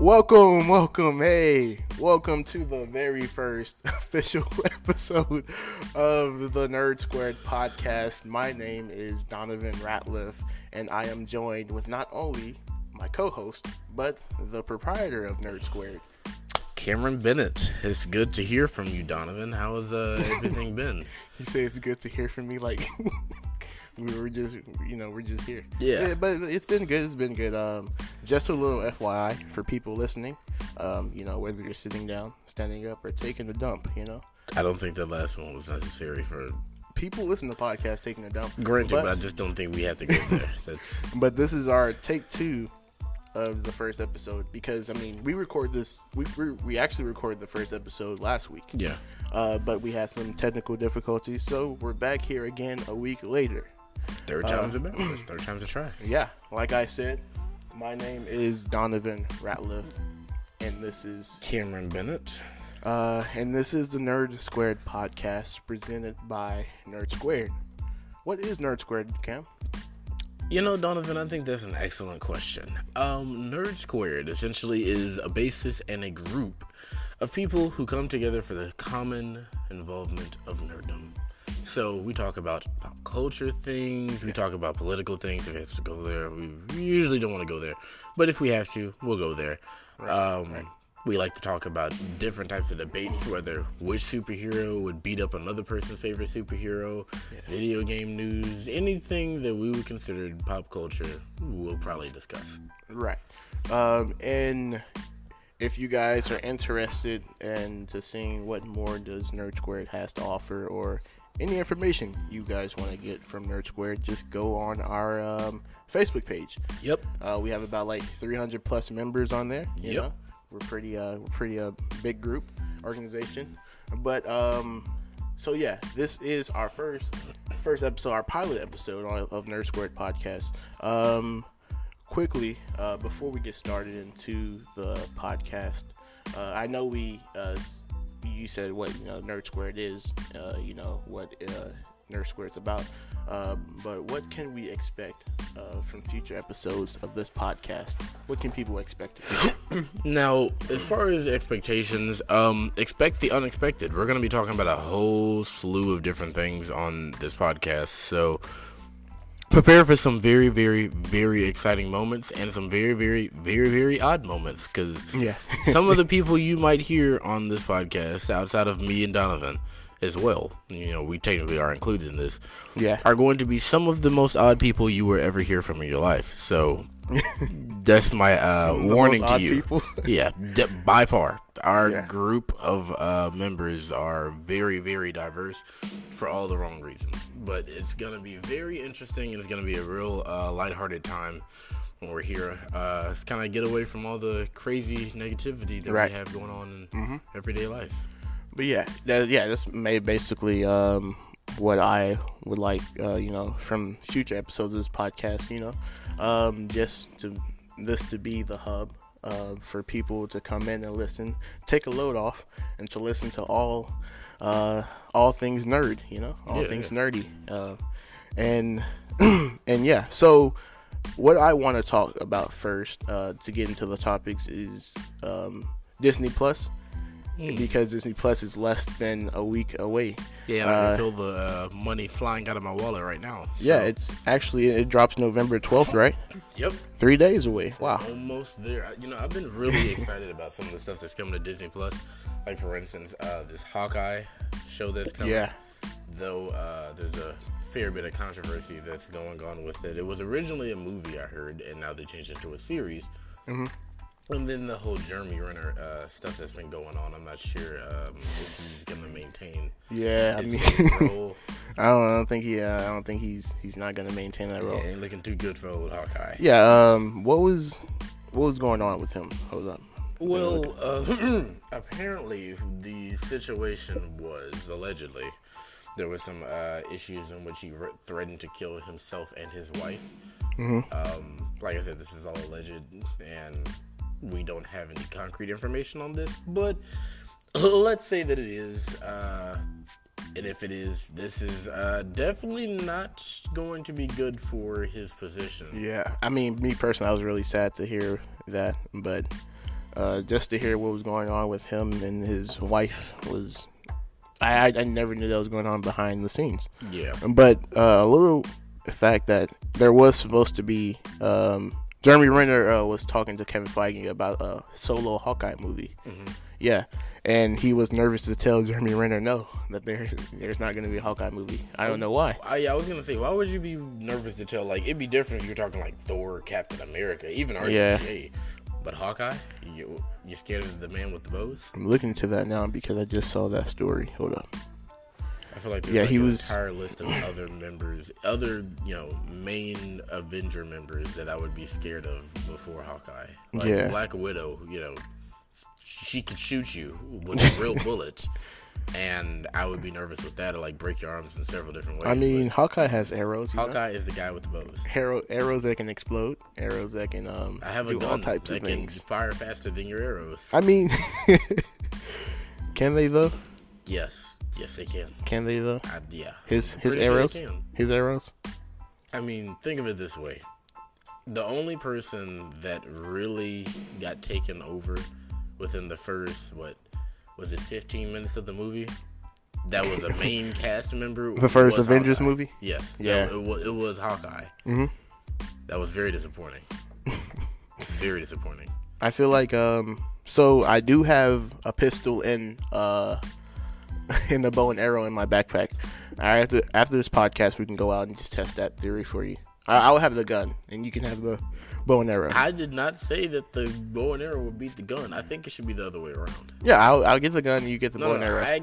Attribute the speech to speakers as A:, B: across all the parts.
A: Welcome, welcome, hey, welcome to the very first official episode of the Nerd Squared podcast. My name is Donovan Ratliff, and I am joined with not only my co host, but the proprietor of Nerd Squared.
B: Cameron Bennett. It's good to hear from you, Donovan. How has uh, everything been?
A: You say it's good to hear from me, like. We were just, you know, we're just here.
B: Yeah.
A: but it's been good. It's been good. Um, just a little FYI for people listening. Um, you know, whether you're sitting down, standing up, or taking a dump, you know,
B: I don't think the last one was necessary for
A: people listen to podcasts taking a dump.
B: granted, but,
A: but,
B: I just don't think we have to go there. That's
A: but this is our take two of the first episode because I mean we record this we we, we actually recorded the first episode last week.
B: yeah.
A: Uh, but we had some technical difficulties, so we're back here again a week later.
B: Third time's a bad. Third time's a try.
A: Yeah, like I said, my name is Donovan Ratliff, and this is
B: Cameron Bennett.
A: uh, and this is the Nerd Squared podcast presented by Nerd Squared. What is Nerd Squared, Cam?
B: You know, Donovan, I think that's an excellent question. Um, Nerd Squared essentially is a basis and a group of people who come together for the common involvement of nerddom. So we talk about pop culture things, we talk about political things if we have to go there. We usually don't want to go there, but if we have to, we'll go there. um, We like to talk about different types of debates, whether which superhero would beat up another person's favorite superhero, video game news, anything that we would consider pop culture, we'll probably discuss.
A: Right. Um, and if you guys are interested in to seeing what more does Nerd Squared has to offer or any information you guys want to get from Nerd Squared, just go on our um, Facebook page.
B: Yep.
A: Uh, we have about like 300 plus members on there. You
B: Yep.
A: know, we're pretty uh, we're pretty uh, big group organization. But um, so yeah, this is our first first episode, our pilot episode of- of Nerd Squared podcast. Um, quickly uh, before we get started into the podcast, uh, I know we uh, s- you said what you know Nerd Squared is, uh, you know what uh, Nerd Squared's about, uh, but what can we expect uh, from future episodes of this podcast? What can people expect?
B: Now, as far as expectations, um, expect the unexpected. We're going to be talking about a whole slew of different things on this podcast. So prepare for some very, very, very exciting moments and some very, very, very, very odd moments because
A: Yeah.
B: some of the people you might hear on this podcast, outside of me and Donovan as well, you know, we technically are included in this,
A: Yeah.
B: are going to be some of the most odd people you will ever hear from in your life. So that's my uh,
A: the
B: warning
A: most
B: to
A: odd
B: you.
A: people.
B: yeah, de- by far, our
A: Yeah.
B: group of uh, members are very, very diverse for all the wrong reasons. But it's gonna be very interesting, and it's gonna be a real uh, lighthearted time when we're here. Uh, it's kind of get away from all the crazy negativity that
A: Right. Mm-hmm.
B: we have going on in everyday life.
A: But yeah, that, yeah, that's ma- basically um, what I would like, uh, you know, from future episodes of this podcast. You know, um, just to this to be the hub uh, for people to come in and listen, take a load off, and to listen to all, uh, all things nerd. You know, all
B: Yeah,
A: things
B: yeah.
A: nerdy, uh, and and yeah, so. What I want to talk about first, uh, to get into the topics, is um, Disney Plus because Disney Plus is less than a week away.
B: Yeah, and I
A: uh,
B: can feel the uh, money flying out of my wallet right now.
A: yeah,
B: So-
A: it's actually it drops November twelfth, right?
B: yep.
A: Three days away. Wow.
B: almost there. I- You know, I've been really excited about some of the stuff that's coming to Disney Plus. Like for instance, uh, this Hawkeye show that's coming.
A: Yeah.
B: Though uh, there's a fair bit of controversy that's going on with it. It was originally a movie, I heard, and now they changed it to a series.
A: Mm-hmm.
B: And then the whole Jeremy Renner uh, stuff that's been going on. I'm not sure um, if he's gonna maintain.
A: Yeah, I
B: his
A: mean,
B: same role.
A: I don't, I don't think he. Uh, I don't think he's he's not gonna maintain that role.
B: Yeah, ain't looking too good for old Hawkeye.
A: Yeah. um. What was what was going on with him? Hold on.
B: Well, uh, apparently the situation was allegedly there was some uh, issues in which he re- threatened to kill himself and his wife. Um, like I said, this is all alleged, and we don't have any concrete information on this. But let's say that it is, uh, and if it is, this is uh, definitely not going to be good for his position.
A: Yeah. I mean, me personally, I was really sad to hear that, but Uh, just to hear what was going on with him and his wife was, I, I, I never knew that was going on behind the scenes.
B: Yeah.
A: But uh, a little fact that there was supposed to be um, Jeremy Renner uh, was talking to Kevin Feige about a solo Hawkeye movie.
B: Mm-hmm.
A: Yeah, and he was nervous to tell Jeremy Renner no that there's there's not going to be a Hawkeye movie. I don't know why.
B: I, yeah, I was gonna say, why would you be nervous to tell? Like, it'd be different if you're talking like Thor, Captain America, even RDJ. But Hawkeye, you you scared of the man with the bows?
A: I'm looking into that now because I just saw that story. Hold up.
B: I feel like there's
A: Yeah,
B: like
A: he
B: an
A: was-
B: entire list of other members, other you know main Avenger members that I would be scared of before Hawkeye. Like
A: Yeah.
B: Black Widow, you know, she could shoot you with a real bullet, and I would be nervous with that. Or like break your arms in several different ways.
A: I mean,
B: but
A: Hawkeye has arrows. You Know?
B: Hawkeye is the guy with the bows.
A: Arrow, arrows that can explode, arrows that can um,
B: I have a
A: do
B: gun
A: all types
B: that
A: of
B: can
A: things.
B: fire faster than your arrows.
A: I mean, can they though?
B: yes, yes, they can.
A: Can they though?
B: I, yeah,
A: His
B: I'm
A: his
B: pretty sure they
A: arrows.
B: can.
A: His arrows.
B: I mean, think of it this way. The only person that really got taken over within the first, what, was it 15 minutes of the movie? That was a main cast member.
A: The first
B: was
A: Avengers
B: Hawkeye.
A: movie?
B: Yes.
A: Yeah.
B: That- it, was, it was Hawkeye. Mm-hmm. That was very disappointing. very disappointing.
A: I feel like um. So I do have a pistol and uh, and a bow and arrow in my backpack. All right, after after this podcast, we can go out and just test that theory for you. I, I'll have the gun, and you can have the bow and arrow.
B: I did not say that the bow and arrow would beat the gun. I think it should be the other way around.
A: yeah, I'll, I'll get the gun. You get the bow
B: No,
A: and
B: no,
A: arrow.
B: I.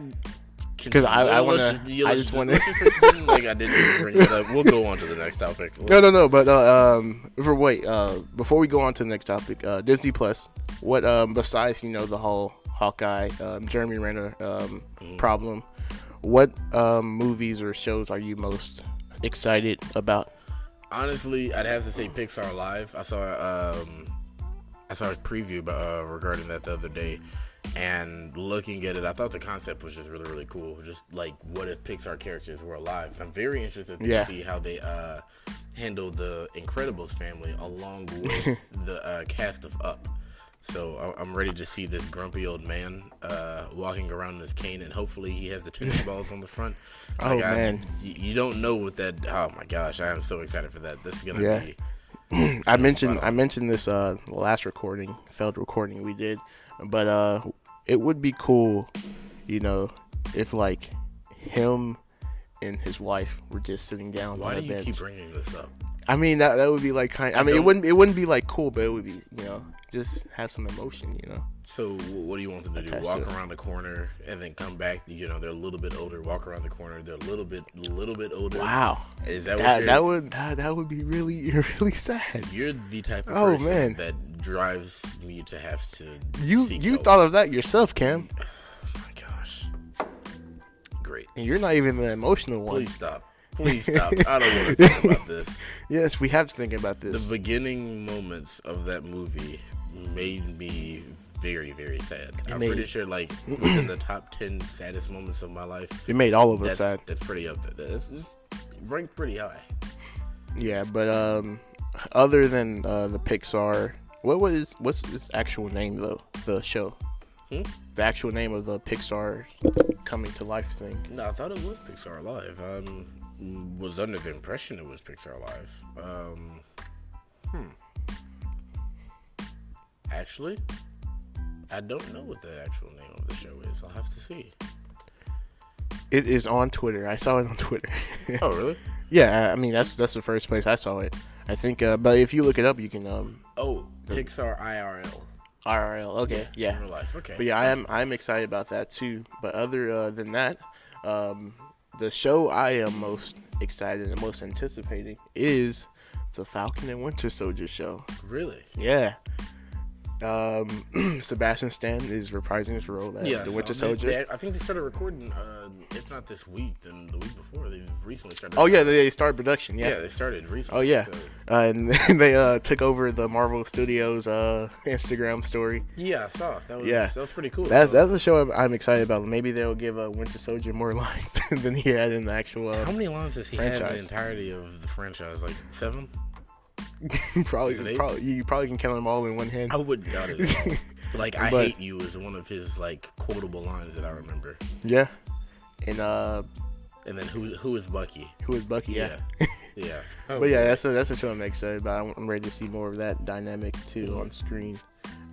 A: 'Cause I- I
B: let's
A: wanna-
B: just- yeah,
A: I
B: let's
A: just wanna-
B: let's just pretend like I didn't even bring it up. We'll go on to the next topic.
A: No, no, no. But uh, um, for wait, uh, before we go on to the next topic, uh, Disney Plus. What um, besides you know the whole Hawkeye, um, Jeremy Renner um,
B: Mm-hmm.
A: problem, what um, movies or shows are you most excited about?
B: Honestly, I'd have to say Pixar Live. I saw um, I saw a preview about, uh, regarding that the other day, and looking at it, I thought the concept was just really, really cool. Just like, what if Pixar characters were alive? And I'm very interested to
A: Yeah.
B: see how they uh, handle the Incredibles family along with the uh, cast of Up. So I- I'm ready to see this grumpy old man uh, walking around in his cane, and hopefully he has the tennis balls on the front.
A: Oh,
B: I-
A: man.
B: you, you don't know what that. Oh my gosh, I am so excited for that. This is gonna
A: Yeah.
B: be.
A: I mentioned I mentioned this uh, last recording, failed recording we did, but uh, it would be cool, you know, if like him and his wife were just sitting down
B: Why
A: on a
B: do you
A: bench.
B: keep bringing this up?
A: I mean that that would be like kind. I mean it
B: don't-
A: wouldn't it wouldn't be like cool, but it would be you know just have some emotion, you know.
B: So wh- what do you want them to do?
A: Attached
B: Walk
A: to it.
B: around the corner and then come back. You know they're a little bit older. Walk around the corner. They're a little bit, little bit older.
A: Wow,
B: Is that, what
A: that
B: you're,
A: that would that, that would be really really sad.
B: You're the type of
A: Oh,
B: person
A: man.
B: that drives me to have to.
A: You
B: seek
A: you
B: help.
A: thought of that yourself, Cam,
B: Oh my gosh. Great.
A: and you're not even the emotional one.
B: Please stop. Please stop. I don't want to think about this.
A: Yes, we have to think about this.
B: The beginning moments of that movie made me very, very sad. I'm
A: made-
B: pretty sure, like, within the top 10 saddest moments of my life,
A: it made all of us
B: that's,
A: sad.
B: that's pretty up there. That's, that's ranked pretty high.
A: Yeah, but um, other than uh, the Pixar, what was what's its actual name though? The show,
B: Hmm?
A: the actual name of the Pixar coming to life thing.
B: No, I thought it was Pixar Live. Um, was under the impression it was Pixar Live. Um, hmm. Actually, I don't know what the actual name of the show is. I'll have to see.
A: It is on Twitter. I saw it on Twitter.
B: Oh, really?
A: Yeah, I- I mean that's that's the first place I saw it. I think, uh, but if you look it up, you can um
B: Oh, Pixar IRL.
A: RRL. Okay, yeah.
B: In real life. Okay.
A: But yeah, I am I'm excited about that too. But other uh, than that, um, the show I am most excited and most anticipating is the Falcon and Winter Soldier show.
B: Really?
A: Yeah. Um, Sebastian Stan is reprising his role as the
B: so
A: Winter
B: they-
A: Soldier.
B: they- I think they started recording. Uh, if not this week, then the week before. They recently started.
A: oh yeah, they started production.
B: Yeah,
A: Yeah.
B: they started recently.
A: Oh yeah,
B: so-
A: uh, and they uh, took over the Marvel Studios uh, Instagram story.
B: Yeah, I saw. That was.
A: Yeah.
B: That was pretty cool.
A: That's
B: So-
A: that's a show I'm, I'm excited about. Maybe they'll give uh, Winter Soldier more lines than he had in the actual.
B: How
A: Uh,
B: many lines has he had in
A: Franchise.
B: the entirety of the franchise? Like seven?
A: probably,
B: Is it eight?
A: probably you probably can count them all in one hand.
B: I wouldn't doubt it. At all. Like I
A: But-
B: hate you is one of his like quotable lines that I remember.
A: Yeah. And uh,
B: And then who who is Bucky?
A: who is Bucky?
B: Yeah. Yeah.
A: But yeah, that's a, that's a show I'm excited about. I'm- I'm ready to see more of that dynamic
B: Mm-hmm.
A: too on screen.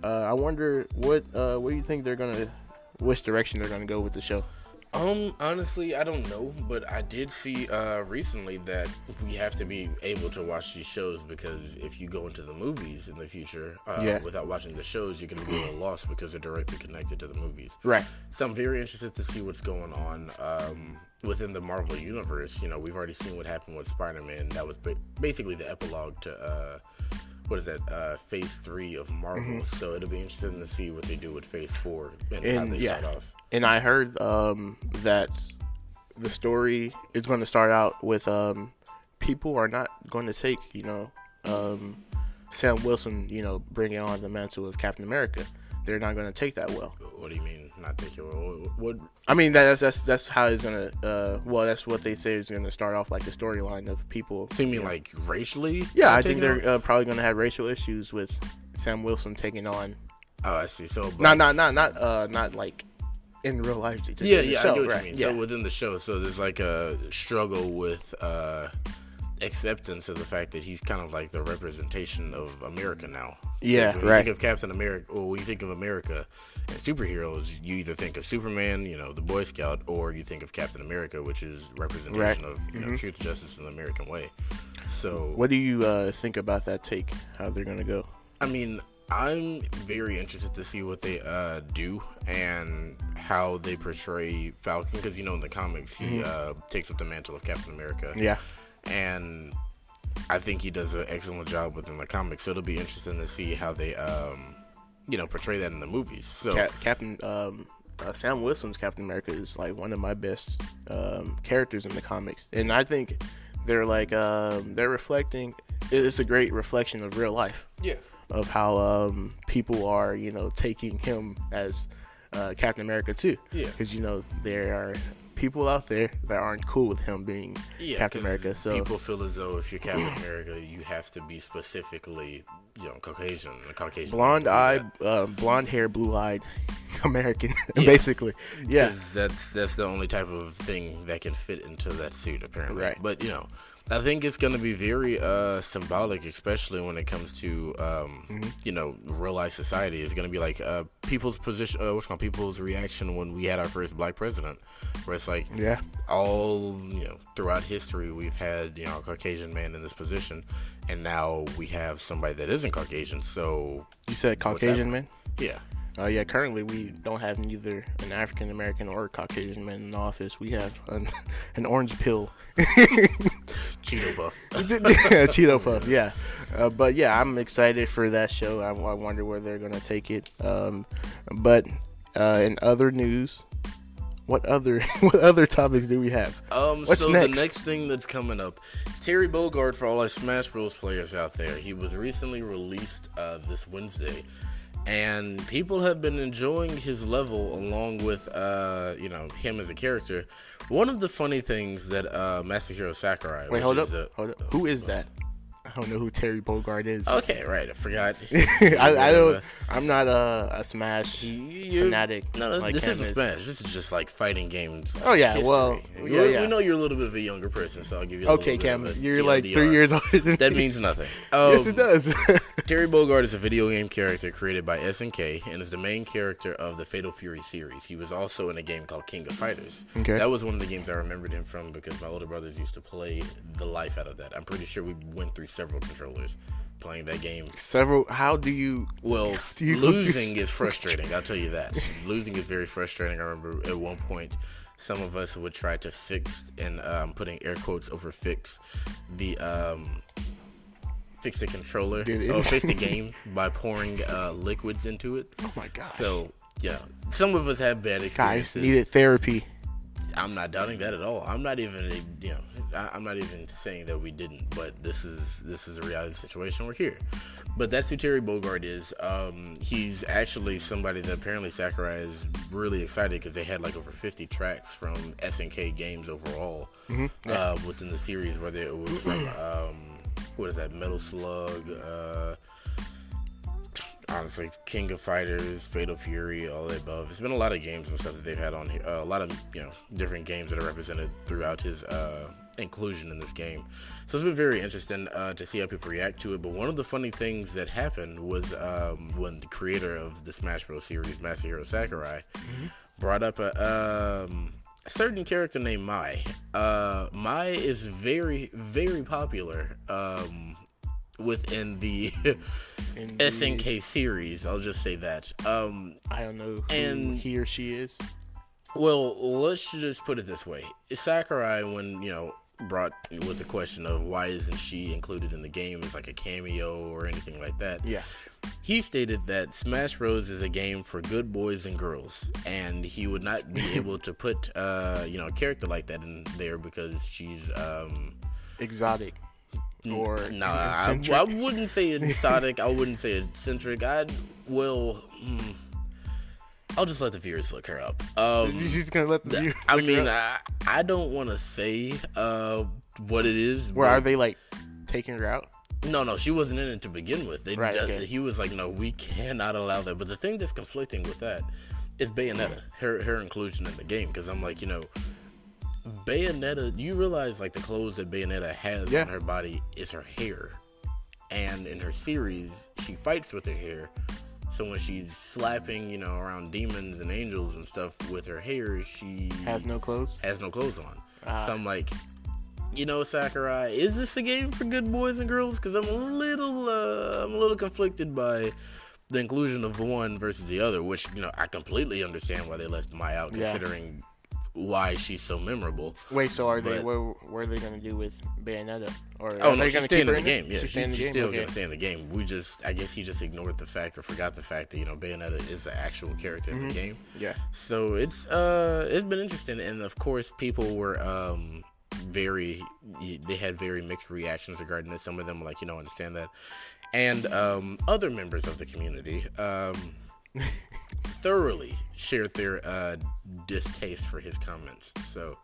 A: Uh, I wonder what uh, what do you think they're gonna, which direction they're gonna go with the show?
B: Um, honestly, I don't know, but I did see uh recently that we have to be able to watch these shows because if you go into the movies in the future uh,
A: Yeah.
B: without watching the shows, you're gonna be a little lost because they're directly connected to the movies.
A: Right.
B: So I'm very interested to see what's going on um within the Marvel universe. You know, we've already seen what happened with Spider-Man. That was ba- basically the epilogue to uh what is that? Uh, phase three of Marvel. So it'll be interesting to see what they do with Phase four and, how
A: Mm-hmm. And,
B: they
A: yeah.
B: start off.
A: And I heard um, that the story is going to start out with um, people are not going to take you know um, Sam Wilson you know bringing on the mantle of Captain America. They're not going to take that well.
B: What do you mean? Not take your what? what
A: I mean that- that's that's that's how it's gonna. Uh, well, that's what they say is gonna start off like the storyline of people.
B: so you mean like racially?
A: Yeah, I
B: taking
A: think they're uh, probably gonna have racial issues with Sam Wilson taking on.
B: on- Oh, I see. So but,
A: Not not not not uh not like in real life. they took
B: yeah,
A: in the
B: yeah, I
A: show,
B: get what
A: right,
B: you mean.
A: Yeah.
B: So within the show, so there's like a struggle with uh acceptance of the fact that he's kind of like the representation of America now.
A: Yeah,
B: Because when
A: right.
B: You think of Captain America, or when you think of America and superheroes, you either think of Superman, you know, the Boy Scout, or you think of Captain America, which is representation of you know
A: Mm-hmm.
B: truth, justice, and the American way. So
A: what do you uh, think about that take? How they're gonna go?
B: I mean, I'm very interested to see what they uh, do and how they portray Falcon because you know in the comics he uh, takes up the mantle of Captain America.
A: Mm-hmm. Yeah,
B: and I think he does an excellent job within the comics. So it'll be interesting to see how they, um, you know, portray that in the movies. So
A: Cap- Captain um, uh, Sam Wilson's Captain America is like one of my best um, characters in the comics, and I think they're like um, they're reflecting. It's a great reflection of real life.
B: yeah,
A: of how um, people are, you know, taking him as uh, Captain America too.
B: Yeah.
A: Because you know there are people out there that aren't cool with him being
B: yeah,
A: Captain
B: 'cause
A: America. So
B: people feel as though if you're Captain America, you have to be specifically, you know, Caucasian, a Caucasian
A: blonde
B: man to do
A: eye,
B: that.
A: uh, blonde hair, blue eyed American, basically. Yeah.
B: 'Cause that's that's the only type of thing that can fit into that suit apparently.
A: Right.
B: But you know, I think it's going to be very uh, symbolic, especially when it comes to um,
A: Mm-hmm.
B: you know real life society. It's going to be like uh, people's position, uh, what's it called people's reaction when we had our first black president, where it's like
A: Yeah.
B: all you know throughout history we've had you know a Caucasian man in this position, and now we have somebody that isn't Caucasian. So
A: You said Caucasian man.
B: yeah,
A: Uh, yeah, currently we don't have neither an African American or Caucasian man in the office. We have an, an orange pill
B: Cheeto buff.
A: Cheeto Puff, yeah. Uh, but yeah, I'm excited for that show. I, I wonder where they're gonna take it. Um, but uh, in other news, what other what other topics do we have?
B: Um,
A: What's
B: so
A: next?
B: the next thing that's coming up, Terry Bogard. For all our Smash Bros. players out there, he was recently released uh, this Wednesday, and people have been enjoying his level along with uh, you know him as a character. One of the funny things that uh, Masahiro Sakurai.
A: Wait,
B: which
A: hold
B: is
A: up,
B: the- uh,
A: hold up. Who is that? I don't know who Terry Bogard is.
B: okay, right, I forgot.
A: I, I don't. I'm not a, a Smash
B: You-
A: fanatic.
B: No, this,
A: like
B: this
A: him
B: isn't Smash. This is just like fighting games. uh,
A: Oh, yeah,
B: history.
A: well,
B: we,
A: yeah,
B: we
A: yeah.
B: know you're a little bit of a younger person, so I'll give you. A
A: Okay,
B: little
A: Cam,
B: bit of a
A: you're like
B: TLDR.
A: three years older than me.
B: That means nothing.
A: yes,
B: Um,
A: it does.
B: Terry Bogard is a video game character created by SNK and is the main character of the Fatal Fury series. He was also in a game called King of Fighters.
A: Okay.
B: That was one of the games I remembered him from because my older brothers used to play the life out of that. I'm pretty sure we went through several controllers playing that game.
A: Several. How do you? oh
B: Well,
A: Do you
B: losing is frustrating. I'll tell you that. losing is very frustrating. I remember at one point, some of us would try to fix, and um, putting air quotes over fix, the um, fix the controller
A: Dude, it-
B: or fix the game by pouring uh, liquids into it.
A: Oh my gosh.
B: So yeah, some of us have bad
A: Guys
B: experiences.
A: needed therapy.
B: I'm not doubting that at all. I'm not even you know I, I'm not even saying that we didn't, but this is this is a reality situation. We're here, but that's who Terry Bogard is. Um, he's actually somebody that apparently Sakurai is really excited because they had like over 50 tracks from SNK games overall uh, within the series, whether it was from um, what is that Metal Slug. Uh, honestly King of Fighters, Fatal Fury, all the above. It's been a lot of games and stuff that they've had on here. Uh, a lot of you know different games that are represented throughout his uh, inclusion in this game. So it's been very interesting uh, to see how people react to it. But one of the funny things that happened was um, when the creator of the Smash Bros. series, Masahiro Sakurai, brought up a. Um, a certain character named Mai. Uh, Mai is very, very popular um, within the
A: And
B: SNK series. I'll just say that. Um,
A: I don't know who
B: And-
A: he or she is.
B: well, let's just put it this way: Sakurai, when you know, brought with the question of why isn't she included in the game as like a cameo or anything like that.
A: Yeah.
B: He stated that Smash Bros is a game for good boys and girls, and he would not be able to put uh, you know a character like that in there because she's um,
A: Exotic. Or
B: Nah, I,
A: eccentric.
B: I wouldn't say exotic. I wouldn't say eccentric. I'd well, mm, I'll just let the viewers look her up.
A: You're
B: Um,
A: just gonna let the viewers.
B: I
A: look her
B: mean, uh,
A: up?
B: I I don't want to say uh what it is.
A: where are
B: but-
A: they like taking her out?
B: No, no, she wasn't in it to begin with. They,
A: Right,
B: uh,
A: okay.
B: He was like, no, we cannot allow that. But the thing that's conflicting with that is Bayonetta, her her inclusion in the game. Because I'm like, you know, Bayonetta, you realize like the clothes that Bayonetta has
A: Yeah.
B: on her body is her hair, and in her series, she fights with her hair. So when she's slapping, you know, around demons and angels and stuff with her hair, she
A: Has no clothes.
B: has no clothes on.
A: Ah.
B: so I'm like, you know, Sakurai, is this a game for good boys and girls? Because I'm a little, uh, I'm a little conflicted by the inclusion of one versus the other, which you know I completely understand why they left Mai out,
A: Yeah.
B: considering why she's so memorable.
A: Wait, so are they?
B: But-
A: What, what are they gonna do with Bayonetta? Or
B: Oh
A: are
B: no,
A: they
B: she's
A: gonna
B: staying
A: keep
B: in
A: her
B: the
A: it?
B: game. Yeah,
A: she's
B: she's,
A: staying in the
B: she's
A: game.
B: still
A: okay.
B: gonna stay in the game. We just, I guess, he just ignored the fact or forgot the fact that you know Bayonetta is the actual character in
A: Mm-hmm.
B: the game.
A: Yeah,
B: So it's uh it's been interesting, and of course people were um very they had very mixed reactions regarding this. Some of them were like you know understand that, and um other members of the community um thoroughly shared their uh distaste for his comments. So.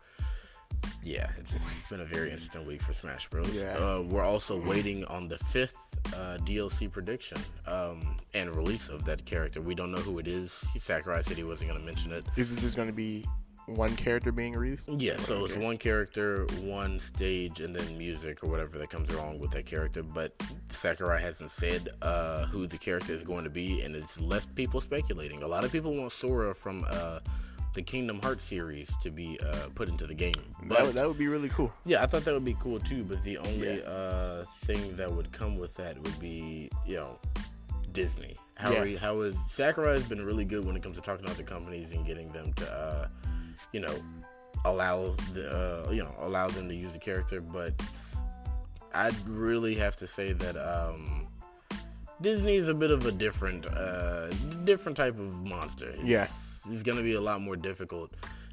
B: Yeah, it's been a very interesting week for Smash Bros.
A: Yeah.
B: Uh, we're also waiting on the fifth uh, DLC prediction um, and release of that character. We don't know who it is. Sakurai said he wasn't going to mention it.
A: is it just gonna be one character being released?
B: Yeah, so it's
A: Okay.
B: one character, one stage, and then music or whatever that comes along with that character. But Sakurai hasn't said uh, who the character is going to be, and it's left people speculating. A lot of people want Sora from uh, the Kingdom Hearts series to be uh, put into the game.
A: That, would- that would be really cool.
B: Yeah, I thought that would be cool too, but the only
A: Yeah.
B: uh, thing that would come with that would be, you know, Disney. How
A: Yeah.
B: are you- how is Sakurai has been really good when it comes to talking to other companies and getting them to, uh, you know, allow the uh, you know allow them to use the character, but I'd really have to say that um, Disney's a bit of a different uh, different type of monster. It's,
A: Yeah.
B: it's gonna be a lot more difficult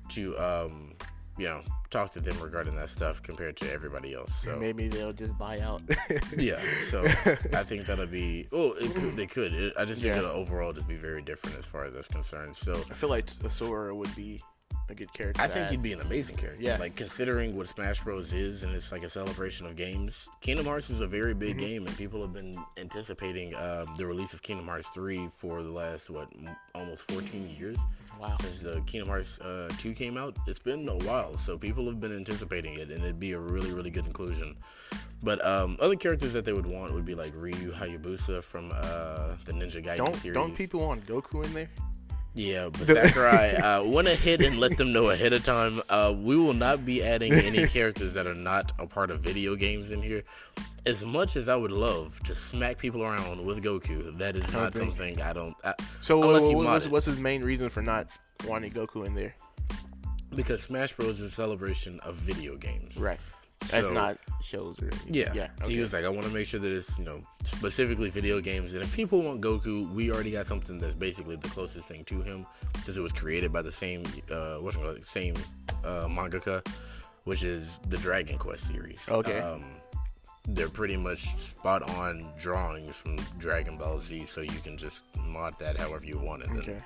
B: to um, you know talk to them regarding that stuff compared to everybody else. So
A: Maybe they'll just buy out.
B: yeah, so I think that'll be oh it could, they could. It, I just think
A: Yeah.
B: it'll overall just be very different as far as that's concerned. So.
A: I feel like Sora would be a good character.
B: I
A: to
B: think
A: add.
B: he'd be an amazing character.
A: Yeah.
B: Like considering what Smash Bros is and it's like a celebration of games. Kingdom Hearts is a very big
A: Mm-hmm.
B: game and people have been anticipating uh, the release of Kingdom Hearts 3 for the last what m- almost 14 years
A: Wow.
B: since the Kingdom Hearts uh, 2 came out. It's been a while, so people have been anticipating it and it'd be a really really good inclusion. But um, other characters that they would want would be like Ryu Hayabusa from uh, the Ninja Gaiden
A: Don't
B: series.
A: don't people want Goku in there?
B: Yeah, but Sakurai, uh, went ahead and let them know ahead of time. Uh, we will not be adding any characters that are not a part of video games in here. As much as I would love to smack people around with Goku, that is not
A: think-
B: something I don't. I,
A: So what,
B: unless you
A: Oh, what-
B: mod
A: what's,
B: it.
A: what's his main reason for not wanting Goku in there?
B: because Smash Bros is a celebration of video games.
A: Right. That's
B: So-
A: not shows or
B: Yeah. Uh,
A: Yeah. Okay.
B: He was like, I want to make sure that it's, you know, specifically video games. And if people want Goku, we already got something that's basically the closest thing to him because it was created by the same, uh, what's it called, same uh, mangaka, which is the Dragon Quest series.
A: Okay.
B: Um, they're pretty much spot on drawings from Dragon Ball Z, so you can just mod that however you want and then
A: Okay.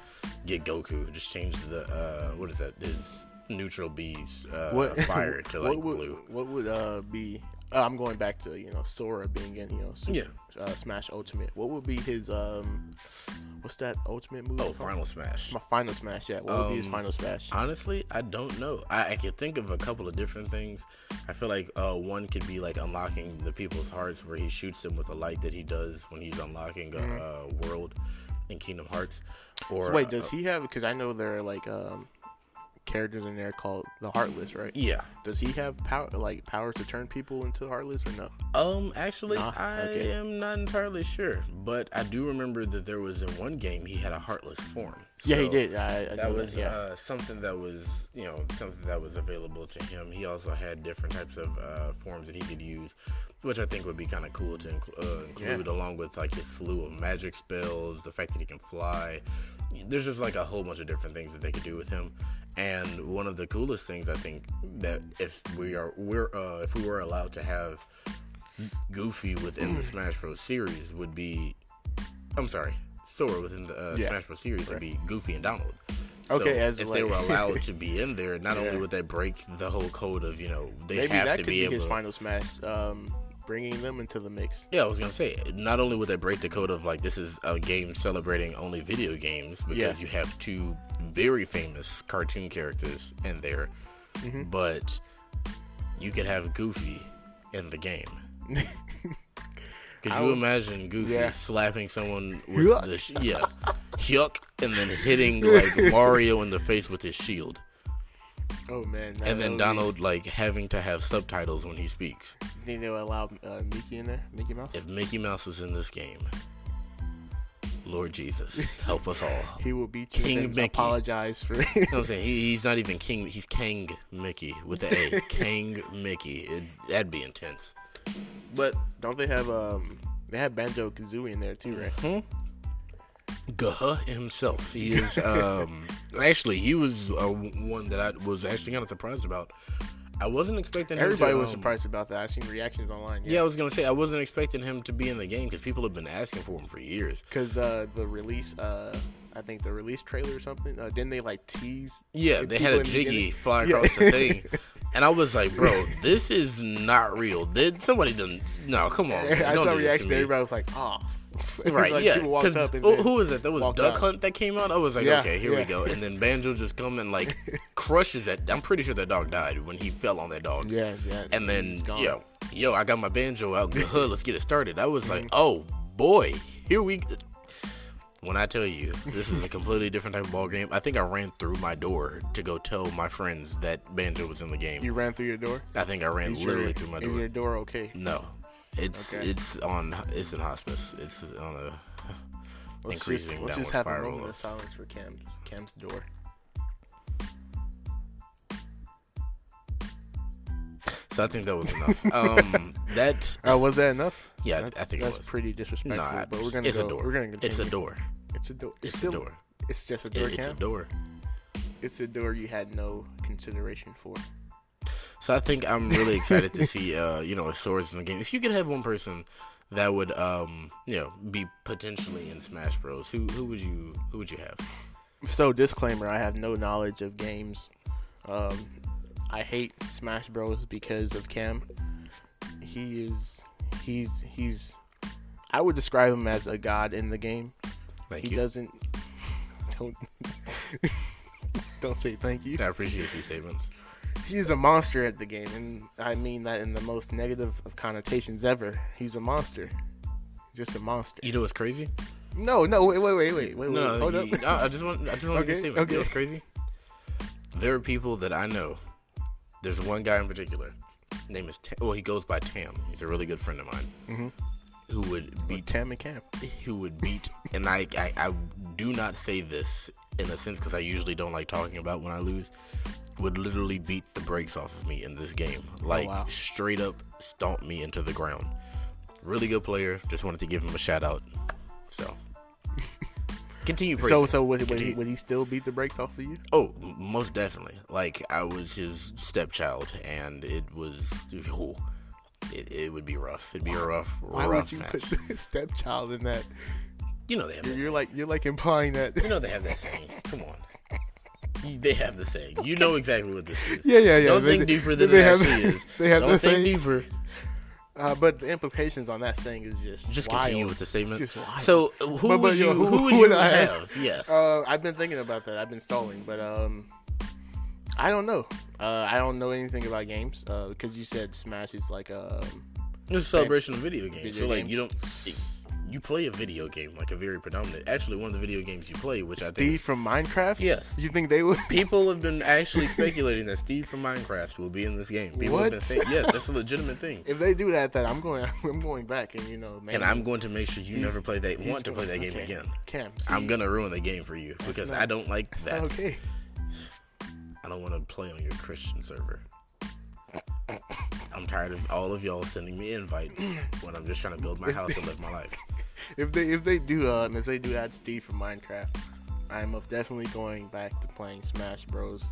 B: get Goku. Just change the, uh, what is that? His neutral B's uh,
A: what
B: fire to like
A: what would,
B: blue.
A: What would uh, be uh, I'm going back to you know Sora being in you know Super,
B: Yeah.
A: uh, Smash Ultimate. What would be his um, what's that Ultimate move?
B: Oh,
A: called?
B: Final Smash.
A: My final smash. Yeah, what would be his
B: Um,
A: final smash?
B: Honestly, I don't know. I, I could think of a couple of different things. I feel like uh, one could be like unlocking the people's hearts, where he shoots them with a light that he does when he's unlocking a uh, world in Kingdom Hearts. Or
A: Mm-hmm.
B: uh,
A: Wait, does he have? Because I know there are like um, characters in there called the Heartless, right?
B: Yeah.
A: Does he have power, like powers to turn people into Heartless, or no?
B: Um, actually,
A: Nah,
B: I
A: okay.
B: am not entirely sure, but I do remember that there was in one game he had a heartless form.
A: yeah, he
B: So
A: did. I, I know
B: That was
A: yeah.
B: uh, something that was, you know, something that was available to him. He also had different types of uh, forms that he could use, which I think would be kind of cool to inclu- uh, include, along with like his slew of magic spells, the fact that he can fly. There's just like a whole bunch of different things that they could do with him. And one of the coolest things I think that if we are we're uh, if we were allowed to have Goofy within
A: Mm.
B: the Smash Bros. series would be, I'm sorry, Sora within the uh,
A: Yeah.
B: Smash Bros. series would be Goofy and Donald.
A: Okay, as
B: if they
A: like-
B: were allowed to be in there, not
A: Yeah.
B: only would that break the whole code of you know they
A: Maybe
B: have
A: that
B: to
A: could
B: be,
A: be,
B: able.
A: his
B: to-
A: final smash, um, bringing them into the mix.
B: yeah, I was gonna say, not only would that break the code of like this is a game celebrating only video games because
A: Yeah.
B: you have two very famous cartoon characters in there,
A: Mm-hmm.
B: but you could have Goofy in the game. Could
A: I
B: you
A: was-
B: imagine Goofy
A: Yeah.
B: slapping someone with
A: Yuck.
B: the sh- yeah, yuck, and then hitting like Mario in the face with his shield,
A: Oh man! that- that
B: and then
A: would
B: Donald like having to have subtitles when he speaks?
A: Be, think they would allow uh, Mickey in there? Mickey Mouse?
B: If Mickey Mouse was in this game, Lord Jesus, help us all. You know
A: He will beat you
B: King
A: and
B: Mickey.
A: then apologize for.
B: what I'm saying? He, he's not even King. He's Kang Mickey with the A. Kang Mickey. It, that'd be intense. But
A: Don't they have um? They have Banjo Kazooie in there too, right?
B: Gaha himself. He is um, actually he was uh, one that I was actually kind of surprised about. I wasn't expecting him to,
A: Everybody was
B: um,
A: surprised about that. I seen reactions online.
B: Yeah, I was gonna say I wasn't expecting him to be in the game because people have been asking for him for years.
A: because uh, the release, uh, I think the release trailer or something. Uh, didn't they like tease?
B: Yeah,
A: the
B: they
A: people
B: had a
A: in the
B: jiggy
A: beginning?
B: fly
A: Yeah.
B: across the thing, and I was like, "Bro, this is not real." Did somebody done? No, come on. Man,
A: I
B: Oh,
A: saw
B: don't do this to
A: reaction.
B: me.
A: Everybody was like, "Oh,
B: Right,
A: like,
B: yeah.
A: People walked
B: 'cause
A: up and
B: who,
A: then-
B: who was it? That was
A: walked
B: Duck
A: out.
B: Hunt that came out. I was like,
A: Yeah,
B: okay, here we
A: yeah.
B: go. And then Banjo just come and like crushes that. I'm pretty sure that dog died when he fell on that dog.
A: yeah, yeah.
B: And then
A: it's gone.
B: yo, yo, I got my banjo out. Good hood, let's get it started. I was
A: Mm-hmm.
B: like, oh boy, here we. go. When I tell you this is a completely different type of ball game, I think I ran through my door to go tell my friends that banjo was in the game.
A: you ran through your door.
B: I think I ran
A: Is
B: literally
A: your,
B: through my
A: Is
B: door.
A: your door okay?
B: No, it's
A: Okay.
B: it's on it's in hospice. It's on a
A: Let's
B: increasing
A: just, let's
B: downward
A: just have a
B: spiral
A: moment
B: of-
A: of silence for Cam. Cam's door.
B: So I think that was enough. um, that
A: Uh, was that enough?
B: yeah,
A: That-
B: I think it
A: that's
B: was.
A: pretty disrespectful.
B: Nah,
A: but we're gonna
B: it's
A: go.
B: a door.
A: We're gonna
B: it's a
A: continue.
B: door.
A: It's a door.
B: It's a
A: still-
B: door.
A: It's just a
B: It-
A: door,
B: it's a
A: Cam.
B: door.
A: It's a door you had no consideration for.
B: So I think I'm really excited to see, uh, you know, swords in the game. If you could have one person that would, um, you know, be potentially in Smash Bros, who who would you who would you have?
A: So disclaimer: I have no knowledge of games. Um, I hate Smash Bros because of Cam. He is he's he's. I would describe him as a god in the game.
B: Thank
A: he
B: you.
A: doesn't don't don't say thank you.
B: I appreciate these statements.
A: He's a monster at the game, and I mean that in the most negative of connotations ever. He's a monster. Just a monster.
B: You know what's crazy?
A: No, no, wait, wait, wait, wait, wait, wait.
B: No,
A: Hold
B: you-
A: up.
B: I I just want I just want to
A: Okay,
B: get a statement. You
A: okay.
B: know what's crazy? There are people that I know. There's one guy in particular. Name is Tam, well, he goes by Tam. He's a really good friend of mine.
A: Mm-hmm.
B: Who would be
A: Beat Tam and Cam.
B: who would beat, and I, I, I do not say this in a sense because I usually don't like talking about when I lose, would literally beat the brakes off of me in this game. Like,
A: Oh, wow.
B: straight up stomp me into the ground. Really good player. Just wanted to give him a shout out. So, continue praising.
A: So, so would, would, he,
B: Continue.
A: would he still beat the brakes off of you?
B: Oh, m- most definitely. Like I was his stepchild, and it was, ooh, it, it would be rough. It'd be a rough,
A: Why would
B: rough
A: you
B: match.
A: put the stepchild in that?
B: you know they have that
A: You're like you're like implying that.
B: You know they have that saying. Come on. You- They have the saying. You know exactly what this is.
A: Yeah, yeah, yeah.
B: Don't
A: They-
B: think deeper than
A: they
B: it
A: have-
B: actually is.
A: they have
B: Don't
A: the saying.
B: think deeper.
A: Uh, but the implications on that saying is just
B: Just
A: wild.
B: continue with the statement.
A: It's just wild.
B: So uh, who
A: But- but,
B: would you
A: yo,
B: who, would you have? Yes.
A: Uh, I've been thinking about that. I've been stalling, but um, I don't know. Uh, I don't know anything about games uh, because you said Smash is like um,
B: It's a celebration of video games.
A: Video
B: so like
A: games.
B: you don't you play a video game like a very predominant. Actually, one of the video games you play, which I think
A: Steve from Minecraft.
B: Yes.
A: You think they would?
B: people have been actually speculating that Steve from Minecraft will be in this game. People have been
A: What?
B: saying, yeah, that's a legitimate thing.
A: If they do that, then I'm going. I'm going back, and you know, man.
B: And I'm going to make sure you never play that want to play that game
A: Okay.
B: again.
A: Cam,
B: I'm gonna ruin the game for you because
A: not-
B: I don't like that.
A: Okay.
B: I don't want to play on your Christian server. I'm tired of all of y'all sending me invites when I'm just trying to build my house and live my life.
A: If they if they do um if they do add Steve from Minecraft, I'm most definitely going back to playing Smash Bros.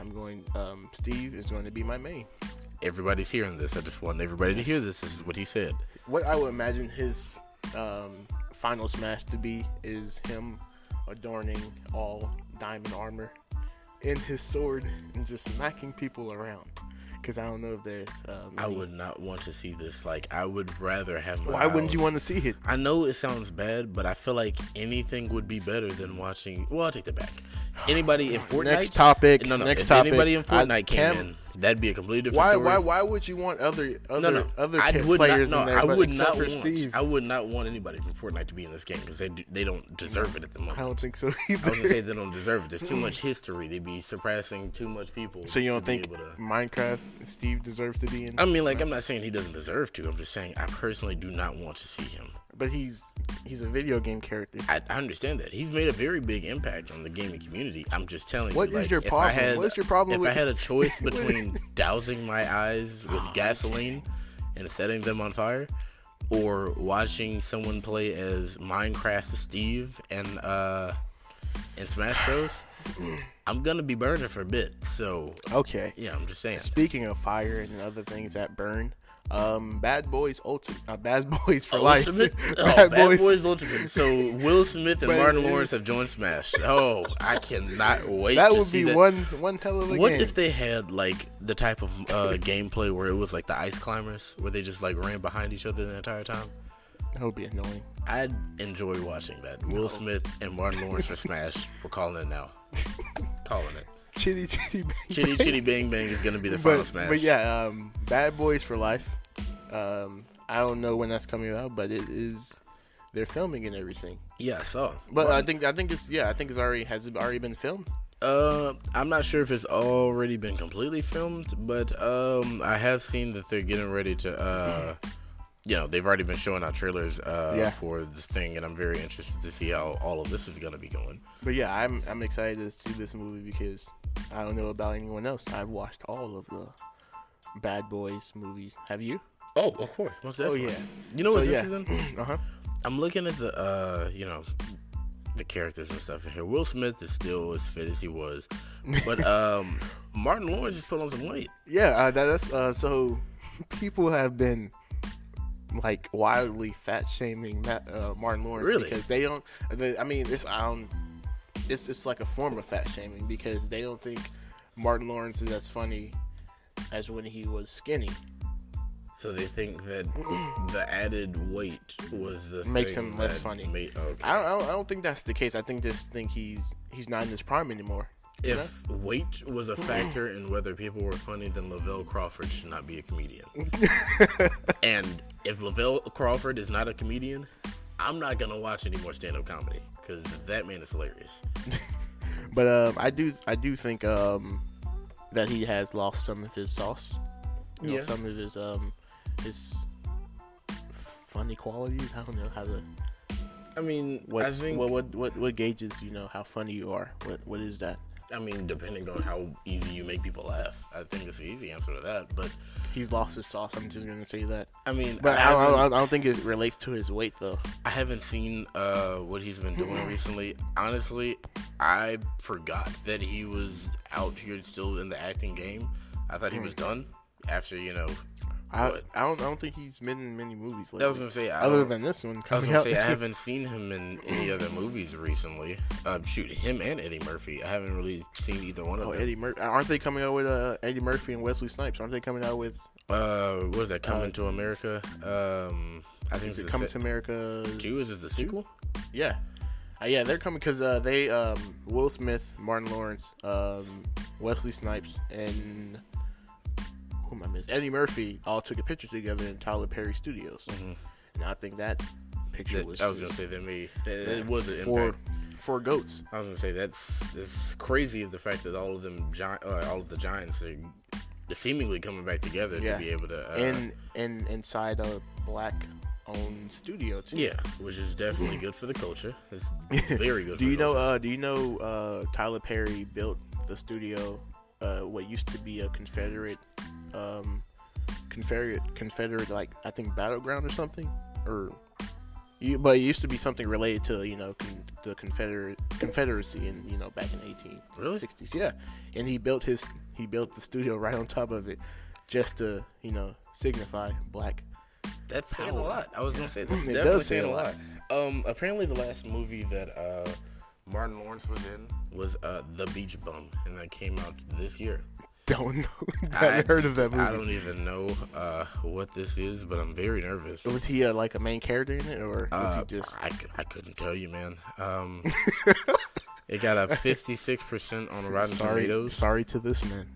A: I'm going. Um, Steve is going to be my main.
B: Everybody's hearing this. I just want everybody to hear this. This is what he said.
A: What I would imagine his um, final Smash to be is him adorning all diamond armor in his sword and just smacking people around. Because I don't know if there's. Um,
B: I would not want to see this. Like, I would rather have my.
A: Why wouldn't
B: house-
A: you want to see it?
B: I know it sounds bad, but I feel like anything would be better than watching. Well, I'll take that back. Anybody in Fortnite?
A: Next topic,
B: No, no.
A: next
B: if
A: topic.
B: anybody in
A: I
B: Fortnite came
A: can't-
B: in, that'd be a completely different
A: Why?
B: story.
A: Why? Why would you want other other
B: no, no.
A: other
B: I
A: ca-
B: would
A: players
B: not,
A: in
B: no,
A: there?
B: I
A: but
B: would
A: except
B: not
A: for
B: want.
A: Steve.
B: I would not want anybody from Fortnite to be in this game because they do, they don't deserve it at the
A: I
B: moment.
A: don't think so
B: I was
A: either.
B: gonna say they don't deserve it. There's too much history. They'd be surpassing too much people.
A: So you
B: to
A: don't
B: be
A: think
B: able to-
A: Minecraft Steve deserves to be in?
B: I mean, like, I'm not saying he doesn't deserve to. I'm just saying I personally do not want to see him.
A: but he's he's a video game character.
B: I, I understand that he's made a very big impact on the gaming community. I'm just telling
A: What
B: you.
A: is
B: like,
A: your
B: if I
A: problem?
B: had-
A: What's your problem
B: If
A: with-
B: I had a choice between dousing my eyes with gasoline and setting them on fire, or watching someone play as Minecraft Steve and uh and Smash Bros, I'm gonna be burning for a bit. So
A: Okay.
B: yeah, I'm just saying.
A: Speaking of fire and other things that burn, um, Bad Boys Ultimate, uh, Bad Boys for
B: Will
A: Life,
B: Smith, oh, Bad,
A: Bad
B: Boys.
A: Boys-
B: Ultimate. So Will Smith and
A: But
B: Martin
A: it is-
B: Lawrence have joined Smash. Oh, I cannot wait.
A: That
B: to
A: would
B: see
A: be
B: that.
A: one one hell of a
B: What
A: game.
B: if they had like the type of uh, gameplay where it was like the ice climbers, where they just like ran behind each other the entire time?
A: that would be annoying.
B: I'd enjoy watching that. Will Smith and Martin Lawrence for Smash. We're calling it now. calling it.
A: Chitty chitty. Bang
B: Chitty
A: Bang.
B: Chitty Bang Bang is gonna be the final
A: but,
B: Smash.
A: but yeah, um, Bad Boys for Life. Um, I don't know when that's coming out, but it is. They're filming and everything.
B: yeah. So,
A: But I think I think it's yeah. I think it's already has it already been filmed.
B: uh, I'm not sure if it's already been completely filmed, but um, I have seen that they're getting ready to uh. You know, they've already been showing out trailers uh,
A: Yeah.
B: for this thing, and I'm very interested to see how all of this is going to be going.
A: But yeah, I'm I'm excited to see this movie because I don't know about anyone else. I've watched all of the Bad Boys movies. Have you?
B: Oh, of course, most
A: Oh,
B: definitely.
A: yeah.
B: You know
A: So,
B: what's
A: yeah.
B: interesting?
A: Uh huh.
B: I'm looking at the uh, you know, the characters and stuff in here. Will Smith is still as fit as he was, but um, Martin Lawrence just put on some weight.
A: Yeah, uh, that, that's uh, so. People have been like wildly fat shaming Matt, uh, Martin Lawrence
B: Really?
A: because they don't. They, I mean, it's um, it's it's like a form of fat shaming because they don't think Martin Lawrence is as funny as when he was skinny.
B: So they think that the added weight was the
A: Mm. Makes
B: thing
A: him less
B: that
A: funny.
B: Made, okay.
A: I don't, I don't. I don't think that's the case. I think just think he's he's not in his prime anymore.
B: if weight was
A: Mm-hmm.
B: a factor in whether people were funny, then Lavelle Crawford should not be a comedian. and if Lavelle Crawford is not a comedian, I'm not gonna watch any more stand-up comedy because that man is hilarious.
A: But um, I do I do think um that he has lost some of his sauce. You know,
B: Yeah.
A: some of his um his funny qualities. I don't know how to
B: I mean, I
A: what's,
B: think
A: what what what what gauges you know how funny you are. What what is that?
B: I mean, depending on how easy you make people laugh, I think it's the easy answer to that. But
A: He's lost his sauce. I'm just gonna say that.
B: I mean,
A: But
B: I,
A: I, don't, I,
B: haven't,
A: don't, I don't think it relates to his weight though.
B: I haven't seen uh, what he's been doing recently. Honestly, I forgot that he was out here still in the acting game. I thought he
A: Mm.
B: was done after you know.
A: I,
B: What?
A: I don't I don't think he's been in many movies
B: I was
A: lately.
B: gonna say I
A: Other
B: don't-
A: than this one
B: I was
A: coming
B: gonna
A: out.
B: say I haven't seen him in any other movies recently. Uh, shoot, him and Eddie Murphy. I haven't really seen either one of
A: Oh,
B: them.
A: Eddie Murphy. Aren't they coming out with uh, Eddie Murphy and Wesley Snipes? Aren't they coming out with
B: uh, what is that? Coming to America. Um, I think
A: Is it
B: it's
A: coming
B: coming
A: to America?
B: two. Is it the sequel?
A: Yeah, uh, yeah, they're coming because uh, they um, Will Smith, Martin Lawrence, um, Wesley Snipes, and who am I missing? Eddie Murphy all took a picture together in Tyler Perry Studios, and I think that picture
B: Mm-hmm. That,
A: was
B: I was gonna say that may that, it was an
A: four
B: impact.
A: four goats.
B: I was gonna say that's it's crazy the fact that all of them giant, uh, all of the giants are seemingly coming back together
A: Yeah.
B: to be able to uh,
A: and and inside a black owned studio too.
B: yeah, which is definitely good for the culture. It's very good.
A: Do
B: for
A: you
B: the
A: know?
B: culture.
A: Uh, do you know? Uh, Tyler Perry built the studio. Uh, what used to be a Confederate, um, Confederate, Confederate, like I think battleground or something, or you, but it used to be something related to you know con, the Confederate Confederacy and you know back in eighteen
B: Really?
A: sixties, yeah. And he built his he built the studio right on top of it, just to you know signify black.
B: That's saying a
A: Power.
B: lot. I was gonna say that's
A: It does
B: definitely
A: say
B: saying
A: a
B: a
A: lot.
B: lot. Um, apparently the last movie that uh, Martin Lawrence was in was uh, The Beach Bum, and that came out this year.
A: Don't know.
B: I-
A: I've heard of that movie.
B: I don't even know uh, what this is, but I'm very nervous.
A: Was he uh, like a main character in it, or was
B: Uh,
A: he just?
B: I, c- I couldn't tell you, man. Um, it got a 56% on Rotten
A: Sorry,
B: Tomatoes.
A: sorry to this man.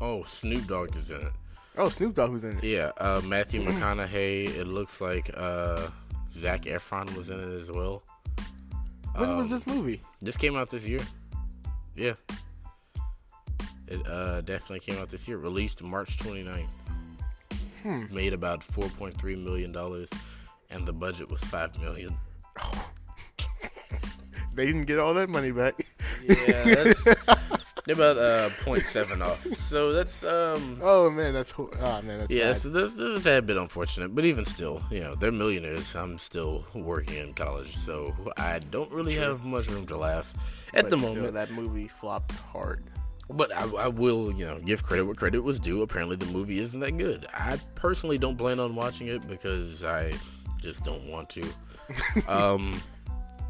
B: Oh, Snoop Dogg is in it.
A: Oh, Snoop Dogg was in it.
B: Yeah, uh, Matthew
A: Mm.
B: McConaughey. It looks like uh, Zach Efron was in it as well.
A: When was
B: Um,
A: this movie?
B: This came out this year. Yeah. It uh, definitely came out this year. Released March 29th.
A: Hmm.
B: Made about 4.3 million dollars, and the budget was five million.
A: They didn't get all that money back.
B: Yeah, that's they're about uh 0.7 off. So that's um
A: Oh man, that's ho- oh man, that's
B: yeah,
A: yeah,
B: so this, this is a tad bit unfortunate, but even still, you know, they're millionaires. I'm still working in college, so I don't really have much room to laugh at the moment.
A: that movie flopped hard.
B: But I, I will, you know, give credit where credit was due. Apparently, the movie isn't that good. I personally don't plan on watching it because I just don't want to. um,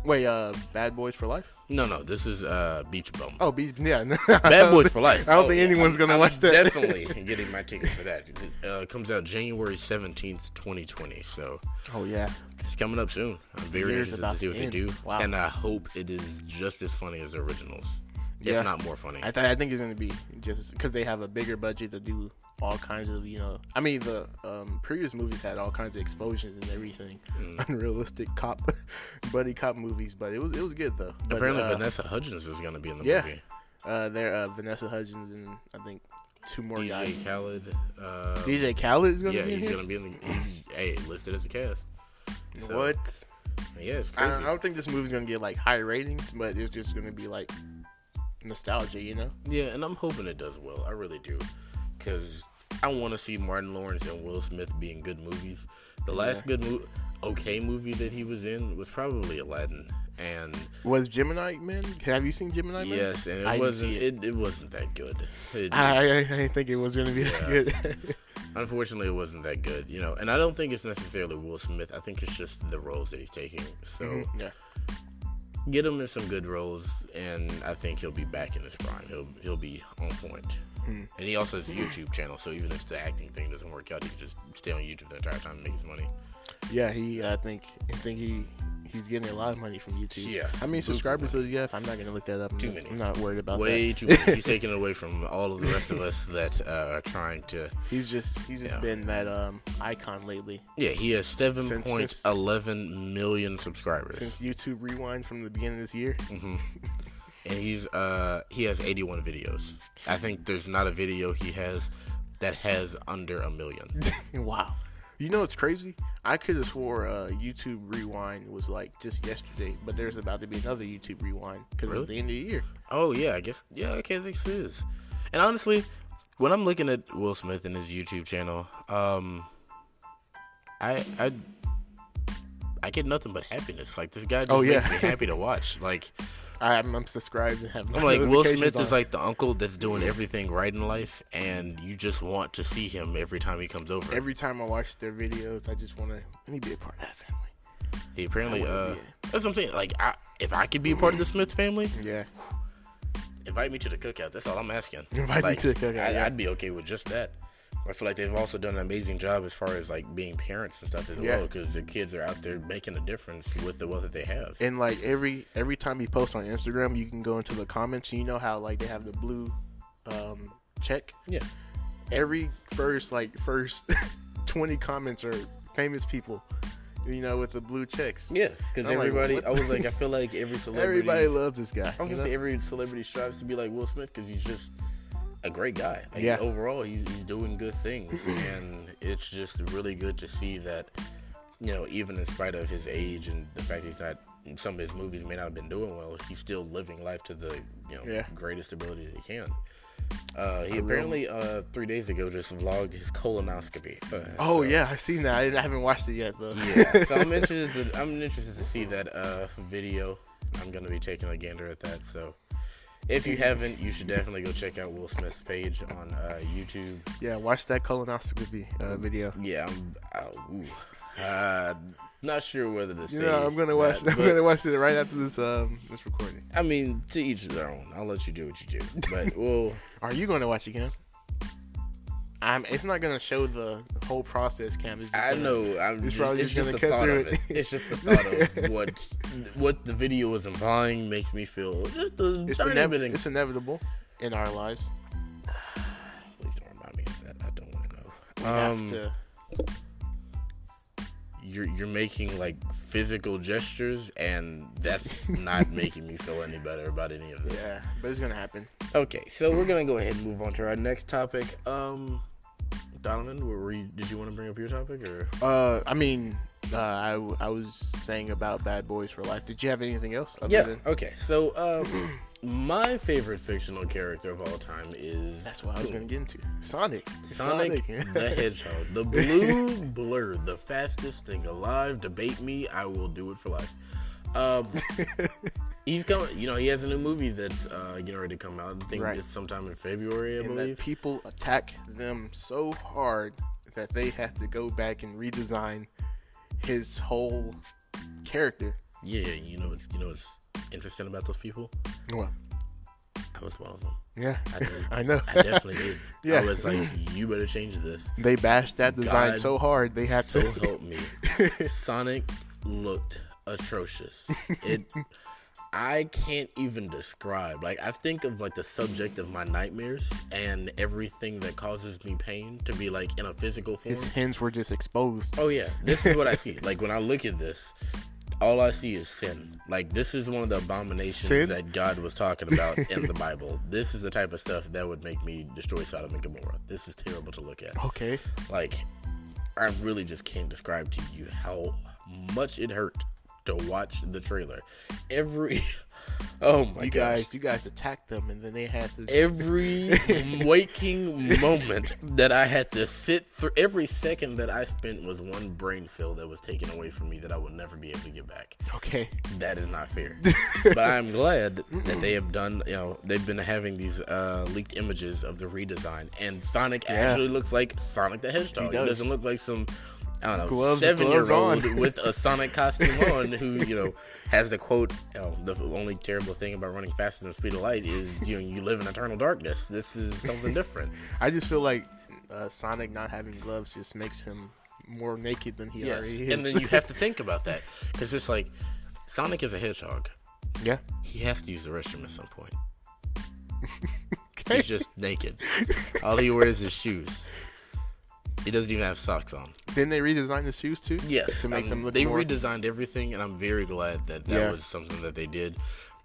A: Wait, uh, Bad Boys for Life?
B: no, no, this is uh, Beach Bum.
A: Oh, be- yeah,
B: Bad Boys for Life.
A: I don't
B: Oh,
A: think
B: yeah,
A: anyone's
B: I'm-
A: gonna
B: I'm
A: watch that.
B: Definitely getting my ticket for that. It uh, comes out January seventeenth, twenty twenty. So
A: Oh yeah,
B: it's coming up soon. I'm very
A: Year's
B: interested
A: about
B: to see what
A: to
B: they
A: end.
B: do,
A: Wow.
B: and I hope it is just as funny as the originals,
A: Yeah.
B: if not more funny.
A: I, th- I think it's gonna be just because they have a bigger budget to do all kinds of you know. I mean, the um, previous movies had all kinds of explosions and everything,
B: Mm.
A: unrealistic cop, buddy cop movies, but it was it was good though. But,
B: Apparently,
A: uh,
B: Vanessa Hudgens is going to be in the
A: Yeah.
B: movie.
A: Uh, they're uh, Vanessa Hudgens and I think two more guys.
B: DJ Khaled. Uh,
A: DJ Khaled is gonna
B: yeah,
A: be in
B: he's
A: here.
B: gonna be in the. He's, hey, listed as a cast. so-
A: What?
B: Yeah, it's
A: I
B: crazy.
A: don't, I don't think this movie's gonna get like high ratings, but it's just gonna be like nostalgia, you know?
B: Yeah, and I'm hoping it does well. I really do, because I want to see Martin Lawrence and Will Smith be in good movies. The last good, mo- okay movie that he was in was probably Aladdin, and
A: Was Gemini Man? Have you seen Gemini Man?
B: yes, and it
A: I didn't
B: wasn't.
A: see
B: It. It, wasn't that good. It-
A: I, I, I didn't think it was gonna be that good.
B: unfortunately, it wasn't that good. You know, and I don't think it's necessarily Will Smith. I think it's just the roles that he's taking. So.
A: yeah.
B: get him in some good roles, and I think he'll be back in his prime. He'll he'll be on point.
A: Hmm.
B: And he also has a YouTube channel, so even if the acting thing doesn't work out, he can just stay on YouTube the entire time and make his money.
A: Yeah, he. I think. I think he. He's getting a lot of money from YouTube.
B: Yeah.
A: How many subscribers does he have? I'm not gonna look that up. I'm
B: Too
A: not-
B: many.
A: I'm not worried about
B: Way
A: that.
B: too much. He's taking it away from all of the rest of us that uh, are trying to.
A: He's just. He's just
B: Yeah.
A: been that um icon lately.
B: Yeah, he has seven point
A: since-
B: eleven million subscribers,
A: Since YouTube Rewind from the beginning of this year.
B: and he's uh he has eighty one videos. I think there's not a video he has that has under a million.
A: Wow. You know what's crazy? I could have swore uh, YouTube Rewind was like just yesterday, but there's about to be another YouTube Rewind because
B: Really?
A: it's the end of the year.
B: Oh yeah, I guess yeah, okay, this is. And honestly, when I'm looking at Will Smith and his YouTube channel, um I I I get nothing but happiness. Like this guy just
A: Oh, yeah.
B: makes me happy to watch. Like
A: I, I'm, I'm subscribed and have. my
B: I'm like Will
A: notifications
B: Smith is
A: on.
B: like the uncle that's doing everything right in life and you just want to see him every time he comes over.
A: Every time I watch their videos, I just want to. Let me be a part of that family.
B: he apparently
A: I wanna
B: uh
A: be it.
B: that's what I'm saying. Like I, if I could be a part of the Smith family,
A: Yeah.
B: invite me to the cookout. That's all I'm asking.
A: Invite me
B: Like,
A: to the cookout,
B: I,
A: yeah.
B: I'd be okay with just that. I feel like they've also done an amazing job as far as like being parents and stuff as
A: Yeah.
B: well because the kids are out there making a difference with the wealth that they have.
A: And like every every time you post on Instagram, you can go into the comments. You know how like they have the blue um, check.
B: yeah.
A: Every first like first twenty comments are famous people. You know, with the blue checks.
B: Yeah, because
A: I'm like,
B: everybody,
A: what?
B: I was like, I feel like every celebrity,
A: Everybody loves this guy.
B: I was
A: you
B: gonna
A: know?
B: say every celebrity strives to be like Will Smith because he's just a great guy. Like,
A: Yeah.
B: Overall, he's, he's doing good things, and it's just really good to see that. You know, even in spite of his age and the fact he's not, some of his movies may not have been doing well. He's still living life to the you know
A: Yeah.
B: greatest ability that he can. Uh,
A: I
B: he
A: will-
B: apparently uh, three days ago just vlogged his colonoscopy. Uh,
A: Oh
B: so-
A: yeah, I seen that. I, I haven't watched it yet though.
B: yeah, so I'm interested. To, I'm interested to see that uh, video. I'm gonna be taking a gander at that. So, if you haven't, you should definitely go check out Will Smith's page on uh, YouTube.
A: Yeah, watch that colonoscopy uh,
B: Mm-hmm.
A: video.
B: Yeah, I'm uh, ooh, uh, not sure whether to say.
A: You know, I'm gonna watch.
B: that,
A: I'm
B: but-
A: gonna watch it right after this um this recording.
B: I mean, to each their own. I'll let you do what you do. But well,
A: Are you going to watch it, Cam? I'm. It's not gonna show the whole process, Cam. It's just
B: I
A: gonna-
B: know. I'm
A: He's
B: just,
A: probably
B: it's
A: just gonna
B: just the
A: cut
B: thought of
A: through
B: it.
A: it.
B: It's just the thought of what what the video is implying makes me feel just a
A: It's,
B: tiny
A: inev-
B: bit. in-
A: it's inevitable in our lives.
B: Please don't remind me of that. I don't want to know.
A: We
B: um,
A: have to.
B: you're you're making like physical gestures, and that's not making me feel any better about any of this.
A: Yeah, but it's gonna happen.
B: Okay, so we're gonna go ahead and move on to our next topic. Um, Donovan, were were you, did you want to bring up your topic or?
A: Uh, I mean, uh, I w- I was saying about Bad Boys for Life. Did you have anything else? Other
B: Yeah.
A: Than-
B: Okay, so um, my favorite fictional character of all time is
A: that's what I was gonna get into. Sonic.
B: Sonic the Hedgehog, the blue blur, the fastest thing alive. Debate me, I will do it for life. Um, he's coming. You know, he has a new movie that's uh, getting ready to come out. I think
A: Right.
B: it's sometime in February, I
A: and that
B: believe.
A: people attack them so hard that they have to go back and redesign his whole character.
B: Yeah, yeah, you know, it's you know, what's interesting about those people.
A: Well,
B: I was one of them.
A: yeah,
B: I did.
A: I know.
B: I definitely did.
A: Yeah.
B: I was like, you better change this.
A: they bashed that design
B: God.
A: so hard they had
B: So
A: to.
B: help me. Sonic looked atrocious. It I can't even describe. Like I think of like the subject of my nightmares and everything that causes me pain to be like in a physical form.
A: His hands were just exposed.
B: Oh yeah, this is what I see. like when I look at this, all I see is sin. Like this is one of the abominations
A: Sin?
B: that God was talking about in the Bible. This is the type of stuff that would make me destroy Sodom and Gomorrah. This is terrible to look at
A: Okay.
B: like I really just can't describe to you how much it hurt to watch the trailer. Every oh my
A: you
B: gosh.
A: guys, you guys attacked them, and then they had to.
B: Every waking moment that I had to sit through, every second that I spent was one brain cell that was taken away from me that I will never be able to get back.
A: okay.
B: That is not fair. but I'm glad that they have done, you know, they've been having these uh, leaked images of the redesign, and Sonic actually looks like Sonic the Hedgehog. He,
A: does.
B: does. not look like some, I don't know,
A: Gloves- gloves
B: seven year old
A: on.
B: with a Sonic costume on who, you know, has the quote, you know, the only terrible thing about running faster than the speed of light is, you know, you live in eternal darkness. This is something different.
A: I just feel like uh, Sonic not having gloves just makes him more naked than he
B: Yes.
A: already is.
B: And then you have to think about that because it's like Sonic is a hedgehog.
A: yeah.
B: He has to use the restroom at some point.
A: Okay.
B: He's just naked. All he wears is shoes. He doesn't even have socks on.
A: Then they redesigned the shoes too. To make
B: Um,
A: them look
B: They
A: more.
B: redesigned everything, and I'm very glad that that
A: Yeah.
B: was something that they did.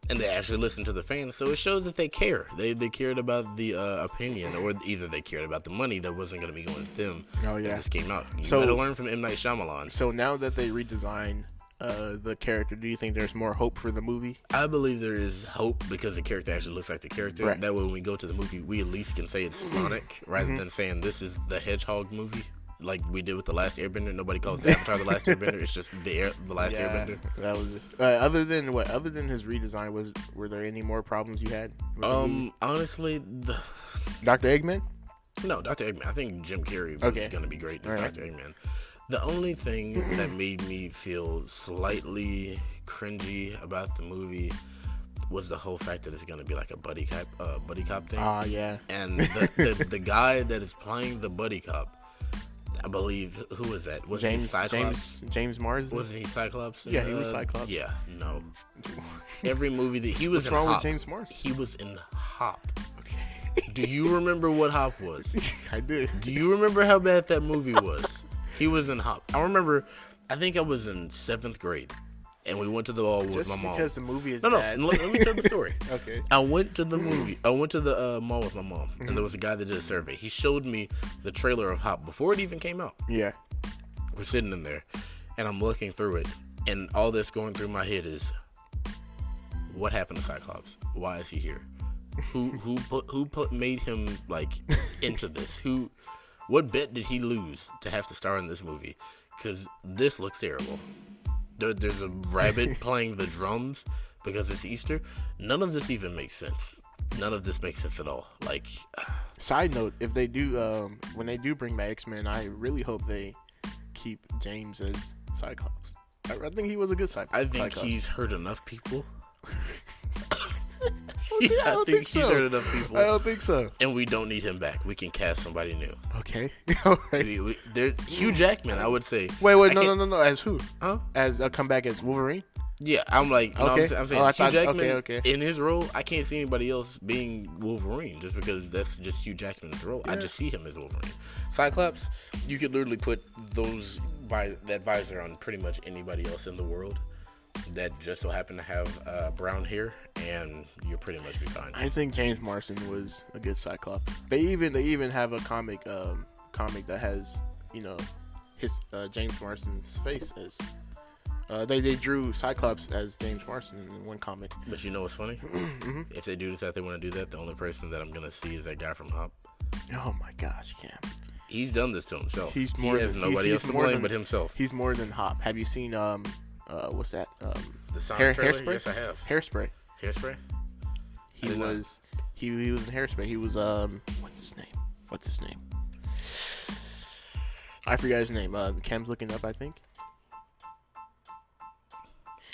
B: And they actually listened to the fans, so it shows that they care. They they cared about the uh, opinion, or either they cared about the money that wasn't going to be going to them.
A: Oh,
B: if
A: yeah.
B: this came out. You
A: So-
B: better learn from M Night Shyamalan.
A: so now that they redesign uh, the character, do you think there's more hope for the movie?
B: I believe there is hope because the character actually looks like the character.
A: Right. Mm-hmm.
B: That way, when we go to the movie, we at least can say it's Sonic rather than saying this is the Hedgehog movie, like we did with the Last Airbender. Nobody calls the Avatar the Last Airbender. It's just the air, the Last Airbender.
A: that was just. Uh, other than what? Other than his redesign, was were there any more problems you had? with the movie?
B: Um, honestly, the,
A: Dr. Eggman.
B: no, Doctor Eggman. I think Jim Carrey was
A: Okay.
B: gonna be great as
A: All right.
B: Doctor Eggman. The only thing that made me feel slightly cringy about the movie was the whole fact that it's gonna be like a buddy cop, uh, buddy cop thing.
A: Ah, yeah.
B: and the, the, the guy that is playing the buddy cop, I believe, who was that? Was he
A: James
B: Cyclops?
A: James James Marsden.
B: Wasn't he Cyclops? in,
A: Yeah, he was
B: uh,
A: Cyclops.
B: Yeah, no. Every movie that he was
A: What's
B: in
A: wrong with
B: Hop.
A: James Marsden?
B: He was in Hop.
A: Okay.
B: Do you remember what Hop was?
A: I did.
B: Do you remember how bad that movie was? he was in Hop. I remember. I think I was in seventh grade, and we went to the mall with
A: Just
B: my mom.
A: because the movie is
B: no, no.
A: bad.
B: Let, let me tell the story.
A: Okay.
B: I went to the movie. I went to the uh, mall with my mom, and there was a guy that did a survey. He showed me the trailer of Hop before it even came out.
A: Yeah.
B: We're sitting in there, and I'm looking through it, and all that's going through my head is, what happened to Cyclops? Why is he here? Who who put, who put, made him like into this? Who? What bet did he lose to have to star in this movie? Because this looks terrible. There, there's a rabbit playing the drums because it's Easter. None of this even makes sense. None of this makes sense at all. Like,
A: Side note: If they do, um, when they do bring back X Men, I really hope they keep James as Cyclops. I, I think he was a good Cyclops.
B: I think
A: Cyclops.
B: he's hurt enough people.
A: Oh, I
B: I
A: don't
B: think,
A: think
B: he's
A: so.
B: hurt enough people.
A: I don't think so.
B: and we don't need him back. We can cast somebody new.
A: Okay. All right.
B: We, we, there, Hugh Jackman, I would say.
A: Wait, wait,
B: I
A: no, no,
B: can't-
A: no, no. As who?
B: Huh?
A: As uh, come back as Wolverine?
B: Yeah, I'm like, no,
A: Okay.
B: I'm, sa- I'm saying
A: Oh, I
B: Hugh
A: thought-
B: Jackman
A: okay, okay.
B: in his role. I can't see anybody else being Wolverine just because that's just Hugh Jackman's role. I just see him as Wolverine. Cyclops, you could literally put those vi- that visor on pretty much anybody else in the world that just so happen to have uh, brown hair, and you're pretty much be fine.
A: I think James Marsden was a good Cyclops. They even they even have a comic um comic that has you know his uh, James Marsden's face as. Uh, they, they drew Cyclops as James Marsden in one comic.
B: But you know what's funny?
A: Mm-hmm.
B: If they do decide they want to do that, the only person that I'm gonna see is that guy from Hop.
A: Oh my gosh, Cam.
B: He's done this to himself.
A: He's
B: He
A: more
B: has
A: than-
B: nobody
A: he's-
B: else to
A: he's more
B: blame
A: than-
B: but himself.
A: He's more than Hop. Have you seen um uh what's that um
B: The Sonic
A: hair,
B: trailer?
A: hairspray?
B: Yes, I have.
A: Hairspray.
B: Hairspray?
A: He
B: did not.
A: was he he was in hairspray. He was um what's his name? What's his name? I forgot his name. Uh, Cam's looking up. I think.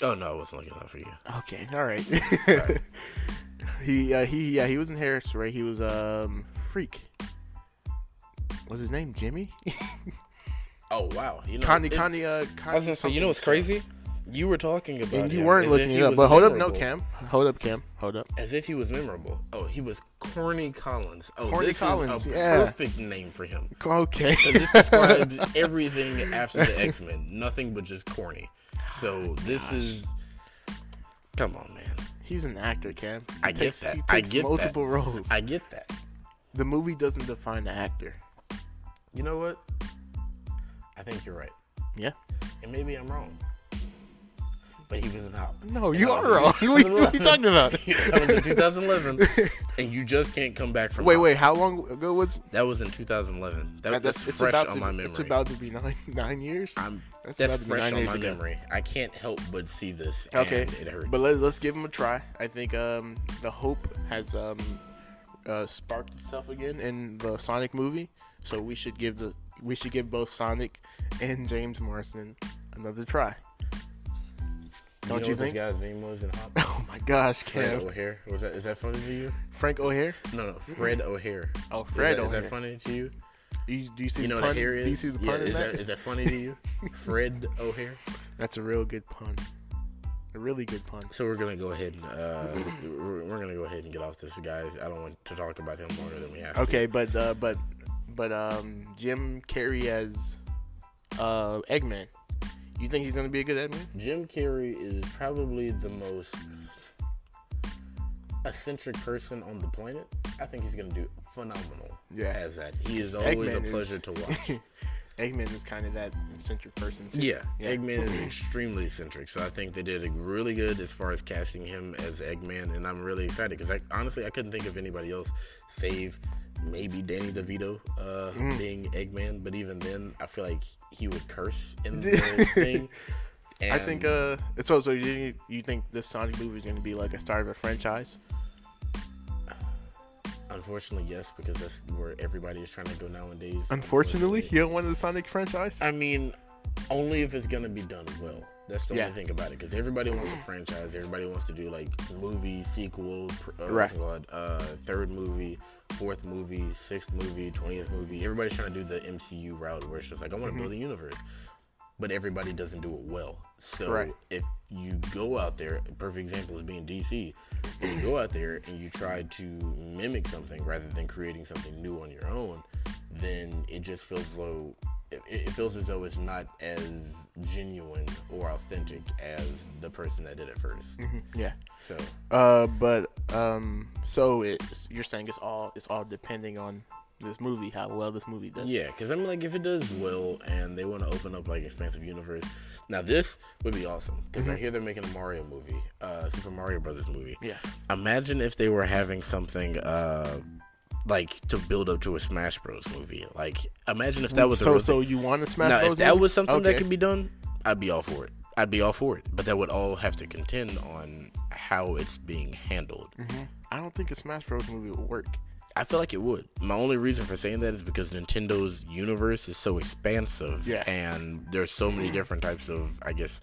B: Oh no, I wasn't looking out for you.
A: Okay. All right. he uh, he yeah he was in hairspray. He was um freak. Was his name Jimmy?
B: Oh wow, you know.
A: Connie
B: it's-
A: Connie uh.
B: I was gonna say, you know what's crazy? You were talking about
A: And you
B: him
A: weren't
B: as if
A: looking
B: he
A: it up,
B: was
A: but hold up, no
B: memorable.
A: Cam. Hold up, Cam. Hold up.
B: As if he was memorable. Oh, he was Corny Collins. Oh,
A: Corny
B: this
A: Collins,
B: is a
A: yeah.
B: perfect name for him.
A: Okay.
B: This describes everything after the X Men. Nothing but just corny.
A: Oh
B: So this is. Come on, man.
A: He's an actor, Cam. He
B: I get
A: takes-
B: that.
A: He
B: I
A: takes
B: get that.
A: multiple roles.
B: I get that.
A: the movie doesn't define the actor.
B: You know what? I think you're right.
A: Yeah.
B: And maybe I'm wrong. But he was in Hop.
A: No,
B: And
A: you
B: I
A: are
B: was-
A: wrong. what, you- what you talking about?
B: that was in 2011, and you just can't come back from.
A: Wait,
B: Hop.
A: wait. How long ago was
B: That was in 2011. That, that's,
A: it's
B: fresh
A: about
B: on
A: to,
B: my memory.
A: It's about to be nine nine years.
B: I'm,
A: that's
B: that's
A: about to be nine
B: fresh on
A: years
B: my
A: ago.
B: memory. I can't help but see this.
A: okay,
B: and it hurts.
A: but let's let's give him a try. I think um, the hope has um, uh, sparked itself again in the Sonic movie, so we should give the we should give both Sonic and James Morrison another try. Don't you,
B: know what
A: think?
B: This guy's name was in Hop.
A: Oh my gosh,
B: Fred
A: Cam.
B: O'Hare. Was that is that funny to you?
A: Frank O'Hare.
B: No, no, Fred O'Hare.
A: Oh, Fred
B: is that, is
A: O'Hare.
B: that funny to you?
A: You, do you see
B: You know
A: the
B: what
A: pun?
B: a hair is?
A: Do you see the pun
B: yeah,
A: in
B: is
A: that?
B: that is that funny to you? Fred O'Hare.
A: That's a real good pun. A really good pun.
B: So we're gonna go ahead and uh, we're, we're gonna go ahead and get off this, guys. I don't want to talk about him longer than we have. to.
A: Okay, but uh, but but um, Jim Carrey as uh, Eggman. You think he's gonna be a good Eggman?
B: Jim Carrey is probably the most eccentric person on the planet. I think he's gonna do phenomenal.
A: Yeah.
B: As that, he is always
A: Eggman
B: a
A: is-
B: pleasure to watch.
A: Eggman is kind of that eccentric person. Too.
B: Yeah, Eggman is extremely eccentric, so I think they did really good as far as casting him as Eggman, and I'm really excited because I, honestly I couldn't think of anybody else save maybe Danny DeVito uh,
A: Mm.
B: being Eggman, but even then I feel like he would curse in the thing.
A: I think
B: and
A: uh, it's so. So you you think this Sonic movie is gonna be like a start of a franchise?
B: unfortunately yes, because that's where everybody is trying to go nowadays.
A: Unfortunately, you don't want the Sonic franchise.
B: I mean, only if it's gonna be done well. That's the
A: Yeah.
B: only thing about it because everybody wants a franchise. Everybody wants to do like movie sequel, pr- uh,
A: Right.
B: what's it called, uh, third movie, fourth movie, sixth movie, twentieth movie. Everybody's trying to do the MCU route where it's just like I
A: Mm-hmm.
B: want to build a universe, but everybody doesn't do it well. So
A: Right.
B: if you go out there, a perfect example is being DC. If you go out there and you try to mimic something rather than creating something new on your own, then it just feels low. It, it feels as though it's not as genuine or authentic as the person that did it 1st
A: Yeah.
B: So
A: Uh, but um, so it's you're saying it's all it's all depending on this movie, how well this movie does.
B: yeah, because I'm like, if it does well and they want to open up like expansive universe, now this would be awesome because I hear they're making a Mario movie, uh, Super Mario Brothers movie.
A: Mm-hmm. Yeah.
B: Imagine if they were having something uh like to build up to a Smash Bros movie. Like imagine if that was a
A: Mm, so
B: real
A: so
B: thing.
A: you want to smash?
B: Now
A: Bros.
B: if that
A: movie?
B: was something that
A: Okay.
B: could be done, I'd be all for it. I'd be all for it. But that would all have to contend on how it's being
A: Mm-hmm.
B: handled.
A: I don't think a Smash Bros. movie would work.
B: I feel like it would. My only reason for saying that is because Nintendo's universe is so expansive,
A: Yeah.
B: and there's so many different types of, I guess,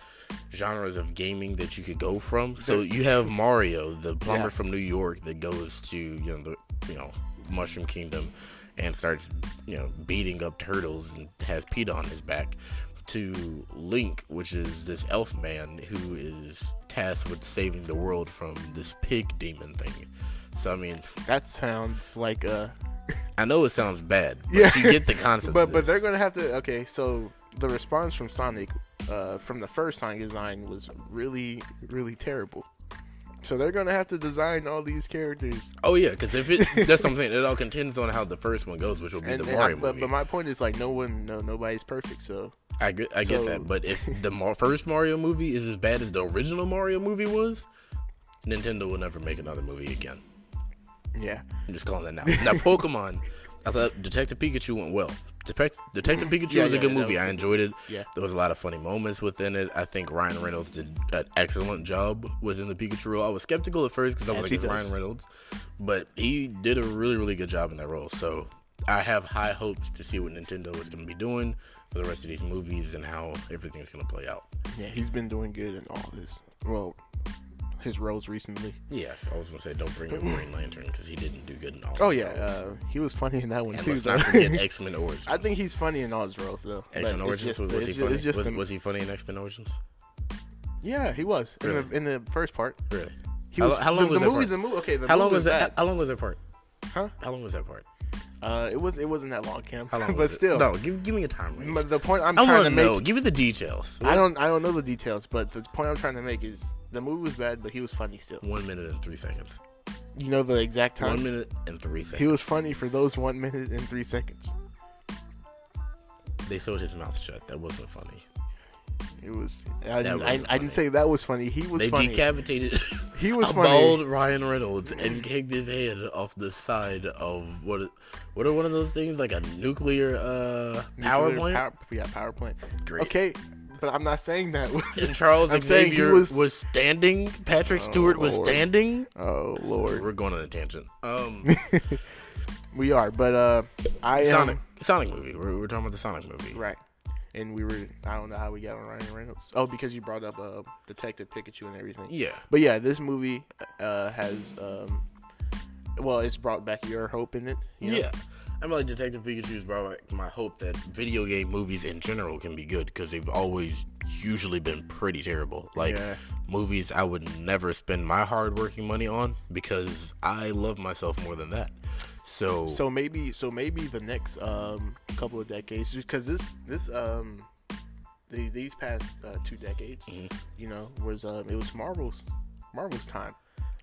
B: genres of gaming that you could go from. So you have Mario, the plumber
A: Yeah.
B: from New York, that goes to you know the you know Mushroom Kingdom, and starts you know beating up turtles and has Peta on his back. To Link, which is this elf man who is tasked with saving the world from this pig demon thing. So I mean,
A: That sounds like a
B: I know it sounds bad, but
A: Yeah.
B: you get the concept.
A: but
B: of
A: but
B: this.
A: they're gonna have to okay so the response from sonic uh, from the first sonic design was really really terrible so they're gonna have to design all these characters
B: oh yeah, because if it that's something it all contends on how the first one goes, which will be
A: and,
B: the
A: and I-
B: Mario
A: but,
B: movie.
A: but my point is like no one no nobody's perfect so
B: I get, I get
A: so-
B: that, but if the Mar- first Mario movie is as bad as the original Mario movie was, Nintendo will never make another movie again.
A: yeah
B: I'm just calling that now. Now Pokemon, I thought Detective Pikachu went well. Detect- Detective Pikachu
A: Yeah,
B: was a
A: yeah,
B: good
A: that
B: movie.
A: was
B: I enjoyed it.
A: Yeah.
B: There was a lot of funny moments within it. I think Ryan Reynolds did an excellent job within the Pikachu role. I was skeptical at first because I was
A: As
B: like,
A: he
B: it's
A: does.
B: Ryan Reynolds, but he did a really, really good job in that role. So I have high hopes to see what Nintendo is going to be doing for the rest of these movies and how everything's going to play out.
A: yeah he's been doing good in all this well his roles recently
B: Yeah, I was going to say don't bring up Green Lantern because he didn't do good in all.
A: oh
B: his
A: yeah
B: roles.
A: uh, he was funny in that one
B: and
A: too
B: let's not
A: though.
B: forget X Men Origins.
A: I think he's funny in all his roles though. but
B: X Men
A: it's
B: Origins
A: just-
B: was, was he
A: it's ju-
B: funny?
A: it's just
B: was,
A: the-
B: was he funny in X Men Origins?
A: Yeah, he was in,
B: Really?
A: the, in the first part.
B: Really?
A: He
B: How-
A: was,
B: how long
A: the, the
B: was that
A: movie?
B: part?
A: The movie. Okay, the
B: How
A: movie
B: long was that?
A: bad.
B: How long was that part?
A: Huh?
B: How long was that part?
A: Uh, it was it wasn't that long, Cam.
B: How long?
A: but
B: was it?
A: still,
B: no. Give, give me a time range.
A: But the point I'm
B: I
A: trying
B: want
A: to
B: to
A: make,
B: know. Give me the details.
A: I don't I don't know the details, but the point I'm trying to make is the movie was bad, but he was funny still.
B: One minute and three seconds.
A: You know the exact
B: One
A: time.
B: minute and three
A: He
B: seconds.
A: was funny for those one minute and three seconds.
B: They sewed his mouth shut. That wasn't funny.
A: It was. I, didn't, I,
B: wasn't
A: I didn't
B: funny.
A: say that was funny. He was
B: They
A: funny.
B: decapitated.
A: He was
B: a
A: funny. Mm.
B: bald Ryan Reynolds and kicked his head off the side of what? What are one of those things like a nuclear uh, power
A: Nuclear
B: plant?
A: yeah, power plant.
B: Great.
A: Okay, but I'm not saying that
B: And
A: was.
B: Charles
A: I'm saying he
B: Xavier
A: was- Oh,
B: was... standing. Patrick Stewart was
A: Lord.
B: standing.
A: oh lord,
B: We're going on a tangent. Um,
A: we are. But uh, I am
B: Sonic, Sonic movie. We're, we're talking about the Sonic movie.
A: right. And we were. I don't know how we got on Ryan Reynolds. Oh, because you brought up uh, Detective Pikachu and everything.
B: Yeah.
A: But yeah, this movie uh, has, um, well, it's brought back your hope in it. you know?
B: Yeah. I'm like Detective Pikachu's brought back my hope that video game movies in general can be good because they've always usually been pretty terrible. Like
A: Yeah.
B: movies I would never spend my hard working money on because I love myself more than that. So,
A: So maybe, so maybe the next um, couple of decades, because this, this, um, these, these past uh, two decades,
B: Mm-hmm.
A: you know, was um, it was Marvel's, Marvel's time,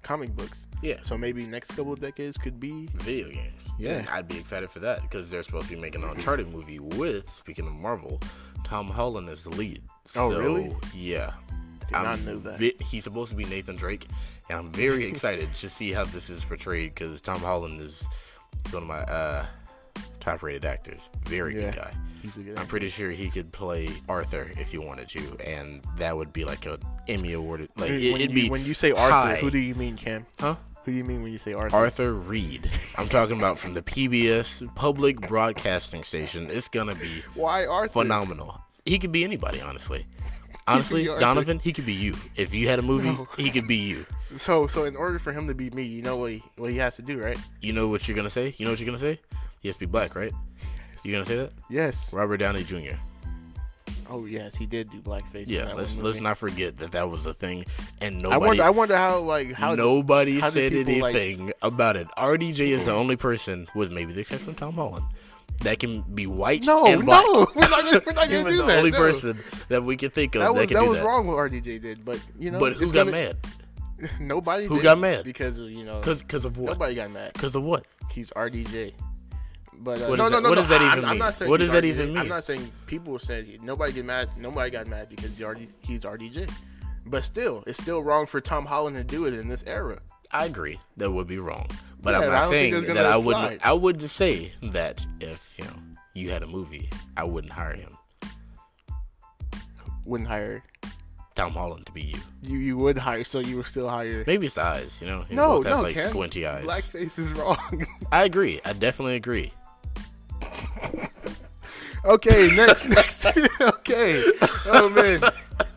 A: comic books.
B: Yeah.
A: So maybe next couple of decades could be
B: video games.
A: Yeah.
B: And I'd be excited for that because they're supposed to be making an Uncharted movie with, speaking of Marvel, Tom Holland as the lead.
A: Oh, really?
B: Yeah.
A: Did not know that.
B: ve- he's supposed to be Nathan Drake, and I'm very excited to see how this is portrayed because Tom Holland is one of my uh, top rated actors. Very
A: Yeah.
B: good guy.
A: He's a good
B: I'm
A: actor.
B: pretty sure he could play Arthur if he wanted to, and that would be like a Emmy awarded. Like it,
A: when,
B: would
A: you,
B: be
A: when you say Arthur,
B: high.
A: who do you mean, Cam?
B: huh?
A: Who do you mean when you say Arthur?
B: Arthur Reed. I'm talking about from the PBS public broadcasting station. It's gonna be
A: Why Arthur?
B: phenomenal. He could be anybody, honestly. Honestly,
A: He could be
B: Donovan, he could be you. If you had a movie, he could be you.
A: So, so in order for him to be me, you know what he, what he has to do, right?
B: You know what you're gonna say? You know what you're gonna say? He has to be black, right? You gonna say that?
A: Yes.
B: Robert Downey Jr.
A: Oh yes, he did do blackface. in
B: Yeah,
A: that
B: let's
A: one
B: let's
A: movie.
B: not forget that that was a thing, and
A: I
B: nobody
A: wonder. I wonder how like how
B: nobody
A: how did
B: said
A: people, like- Mm.
B: anything about it. RDJ is the only person, with maybe the exception of Tom Holland, that can be white
A: No,
B: and black.
A: no, we're not gonna, we're not
B: He
A: gonna
B: was
A: do
B: the
A: that.
B: only
A: no.
B: person that we can think of
A: That
B: that,
A: was
B: can
A: that
B: do
A: was
B: that.
A: wrong what RDJ did, but you know.
B: but who
A: it's
B: got
A: gonna-
B: mad?
A: Nobody.
B: Who
A: did
B: got mad?
A: Because of, you know.
B: Cause, cause of what?
A: Nobody got mad.
B: Cause of what?
A: He's RDJ. But uh,
B: What
A: no,
B: is
A: no,
B: that-
A: no,
B: what
A: no,
B: does that
A: I-
B: even
A: I'm, I'm
B: mean?
A: not saying
B: What
A: he's
B: does that
A: RDJ.
B: even
A: I'm
B: mean?
A: not saying people said he- nobody get mad. Nobody got mad because he's already he's RDJ. But still, it's still wrong for Tom Holland to do it in this era.
B: I agree. That would be wrong. But
A: Yeah,
B: I'm
A: I
B: not
A: don't think
B: saying
A: it's gonna
B: that I
A: slide.
B: wouldn't. I would just say that if you know you had a movie, I wouldn't hire him.
A: Wouldn't hire
B: Tom Holland to be you.
A: you. You would hire, so you were still hired.
B: Maybe it's the eyes. You know, They
A: No,
B: both have,
A: no,
B: like
A: Ken.
B: squinty eyes.
A: Blackface is wrong.
B: I agree. I definitely agree.
A: okay, next, next. okay. Oh man,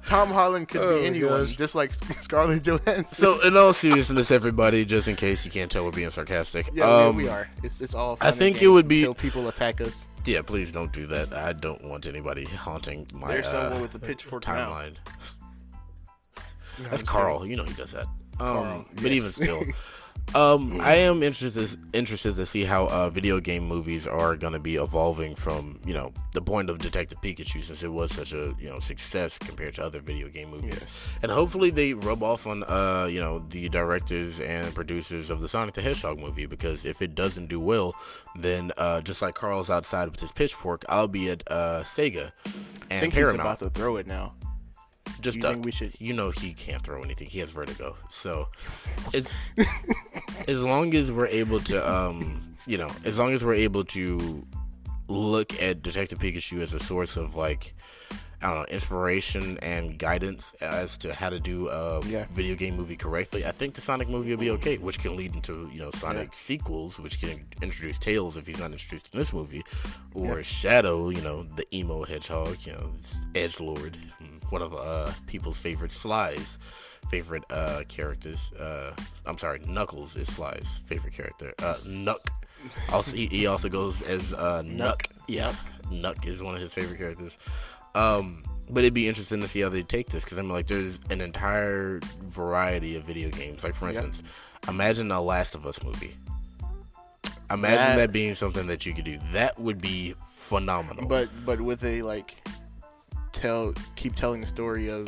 A: Tom Holland could
B: Oh,
A: be anyone,
B: gosh.
A: just like Scarlett Johansson.
B: So, in all seriousness, everybody, just in case you can't tell, we're being sarcastic.
A: yeah,
B: um,
A: we, we are. It's it's all.
B: I think it would be-
A: until people attack us.
B: Yeah, please don't do that. I don't want anybody haunting my
A: There's
B: uh,
A: someone with a pitchfork now.
B: timeline.
A: You know what
B: That's
A: I'm saying?
B: Carl. You know he does that. Um,
A: Carl,
B: But even
A: yes.
B: still, um, I am interested interested to see how uh, video game movies are going to be evolving from you know the point of Detective Pikachu since it was such a you know success compared to other video game movies,
A: Yes.
B: and hopefully they rub off on uh, you know the directors and producers of the Sonic the Hedgehog movie because if it doesn't do well, then uh, just like Carl's outside with his pitchfork, I'll be at uh, Sega
A: I
B: and
A: think he's
B: Paramount
A: about to throw it now.
B: just
A: You
B: duck.
A: think we should-
B: You know he can't throw anything. He has vertigo. So, as, as long as we're able to, um, you know, as long as we're able to look at Detective Pikachu as a source of like, I don't know, inspiration and guidance as to how to do a
A: Yeah.
B: video game movie correctly, I think the Sonic movie will be okay, which can lead into you know Sonic sequels, which can introduce Tails if he's not introduced in this movie, or Shadow, you know, the emo hedgehog, you know, Edge Lord, one of uh people's favorite Sly's favorite uh characters. Uh, I'm sorry, Knuckles is Sly's favorite character. Uh, Nuck. Also, he, he also goes as uh, Nuck. Yeah, Nuck is one of his favorite characters. Um, but it'd be interesting to see how they take this because I'm like, there's an entire variety of video games. Like for
A: Yep.
B: instance, imagine a Last of Us movie. Imagine that,
A: That-
B: being something that you could do. That would be phenomenal.
A: But but with a like, tell keep telling the story of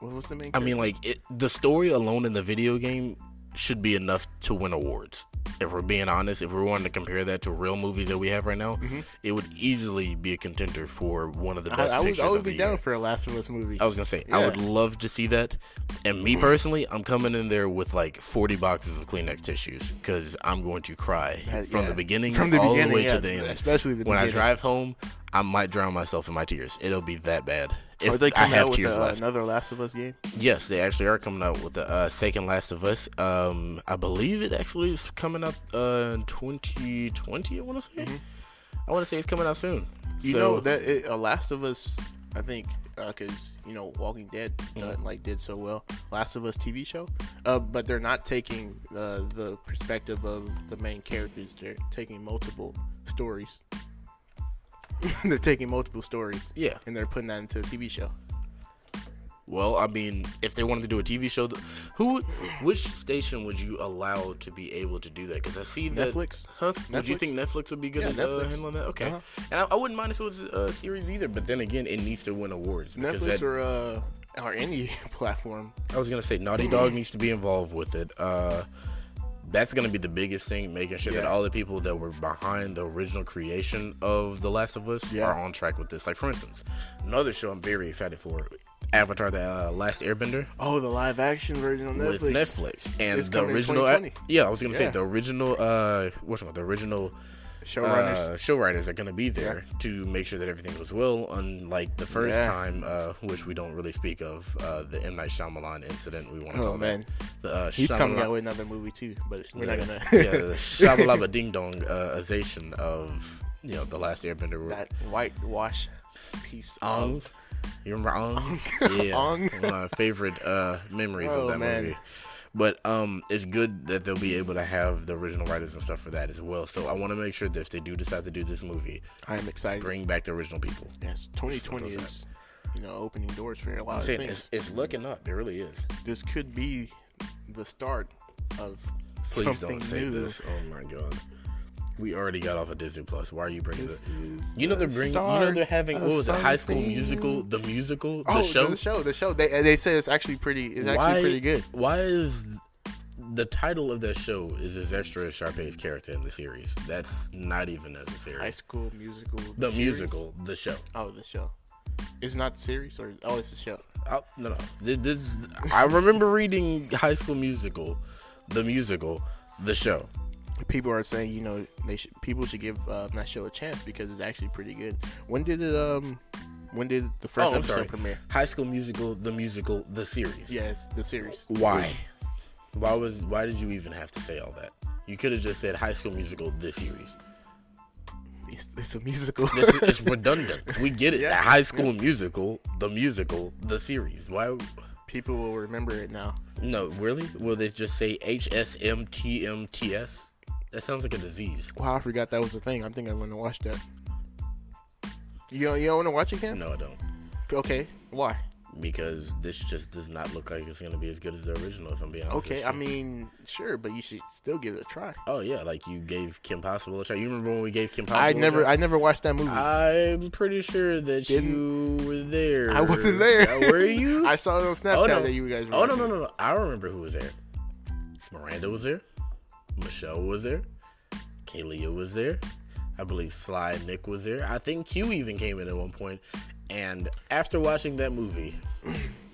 A: what was the main?
B: I mean, like it, the story alone in the video game should be enough to win awards. If we're being honest, if we're wanting to compare that to real movies that we have right now, it would easily be a contender for one of the
A: character? Mm-hmm. I,
B: best
A: I would
B: pictures
A: I would
B: of the
A: be down
B: year. Oh,
A: for a Last of Us movie.
B: I was gonna say I would
A: Yeah. Mm-hmm.
B: love to see that. And me personally, I'm coming in there with like 40 boxes of Kleenex tissues because I'm going to cry
A: Uh,
B: from
A: yeah.
B: the beginning
A: From the
B: all
A: beginning,
B: the way
A: yeah,
B: to the end.
A: especially the
B: when I
A: beginning.
B: drive home, I might drown myself in my tears. It'll be that bad.
A: Or
B: If
A: they
B: I
A: come
B: have
A: out with uh,
B: tears
A: a,
B: left.
A: another Last of Us game.
B: Yes, they actually are coming out with the uh, second Last of Us. Um, I believe it actually is coming out uh, in 2020. I want to say. I want to say it's coming out soon.
A: Mm-hmm. You
B: So-
A: know that it, uh, Last of Us, I think, because you know Walking Dead uh, like did so well. Last of Us TV show, uh, but they're not taking uh, the perspective of the main characters. They're taking multiple stories. they're taking multiple stories.
B: Yeah.
A: and they're putting that into a TV show.
B: Well, I mean, if they wanted to do a TV show, th- who, would- which station would you allow to be able to do that? Because I see that
A: Netflix.
B: Huh? Would you
A: Netflix.
B: think Netflix would be good
A: Yeah,
B: at uh,
A: Netflix.
B: handling that? Okay,
A: Uh-huh.
B: and I, I wouldn't mind if it was a series either. But then again, it needs to win awards. Because
A: Netflix
B: that,
A: or uh, or any platform.
B: I was gonna say Naughty Dog needs to be involved with it. Uh, that's gonna be the biggest thing, making sure that
A: Yeah.
B: all the people that were behind the original creation of The Last of Us
A: Yeah.
B: are on track with this. Like for instance, another show I'm very excited for, Avatar: The uh, Last Airbender
A: Oh, the live action version on Netflix.
B: with Netflix, and
A: It's
B: the
A: coming in
B: original.
A: 2020.
B: yeah, I was gonna say
A: Yeah.
B: the original. Uh, what's it called? The original
A: Showrunners.
B: uh, show writers are going to be there to make sure that everything goes well. Unlike the first
A: Yeah.
B: time, uh, which we don't really speak of, uh, the M Night Shyamalan incident. We want to
A: Oh,
B: call
A: man.
B: that. The, uh,
A: He's coming out
B: Shyamalan-
A: with another movie too, but we're not gonna.
B: yeah, the Shabalaba Ding Dong uh, azation of you know the last Airbender.
A: that whitewash piece
B: Um,
A: of
B: You remember Ong? yeah,
A: Ong?
B: one of my favorite uh, memories
A: Oh,
B: of that
A: man.
B: movie. But um, it's good that they'll be able to have the original writers and stuff for that as well. So I want to make sure that if they do decide to do this movie,
A: I am excited.
B: bring back the original people.
A: Yes, 2020
B: Those
A: is, you know, opening doors for a lot
B: I'm
A: of
B: saying
A: things.
B: it's, it's looking up. It really is.
A: this could be the start of
B: Please
A: something
B: don't say
A: new.
B: this. Oh my god. We already got off of Disney Plus. Why are you bringing this?
A: This is
B: You know they're
A: the
B: bringing. You know
A: start
B: they're having. What
A: of
B: was it? High School
A: something.
B: Musical. The musical. The
A: Oh,
B: show.
A: the show, the show. They they say it's actually pretty. It's actually pretty good.
B: Why is the title of that show is as extra as Sharpay's character in the series? That's not even necessary.
A: High School Musical.
B: the
A: series?
B: musical, the show.
A: Oh, the show. It's not the series, or oh, it's the show.
B: Oh, no, no. Th- This, I remember reading High School Musical, the musical, the show.
A: People are saying you know they should people should give uh, that show a chance because it's actually pretty good. When did it um? When did the first
B: Oh, I'm
A: episode
B: sorry.
A: premiere?
B: High School Musical, the musical, the series.
A: Yes, the series.
B: Why? Why was? Why did you even have to say all that? You could have just said High School Musical, the series.
A: It's, it's a musical.
B: This is, it's redundant. We get it. The
A: Yeah.
B: High School Musical, the musical, the series. Why?
A: people will remember it now.
B: No, really? Will they just say HSMTMTS? That sounds like a disease.
A: Wow, I forgot that was a thing. I'm thinking I'm gonna watch that. You don't, you don't want to watch it, Cam?
B: No, I don't.
A: Okay, why?
B: Because this just does not look like it's gonna be as good as the original. If I'm being honest.
A: Okay,
B: with
A: I
B: you.
A: mean, sure, but you should still give it a try.
B: Oh yeah, like you gave Kim Possible a try. You remember when we gave Kim Possible?
A: I
B: a
A: never,
B: try?
A: I never watched that movie. I,
B: I'm pretty sure that you were there.
A: wasn't there.
B: Uh, Were you?
A: I saw it on Snapchat
B: Oh, no.
A: that you guys. Were
B: oh no no no no! I remember who was there. Miranda was there. Michelle was there. Kalia was there. I believe Sly Nick was there. I think Q even came in at one point. And after watching that movie,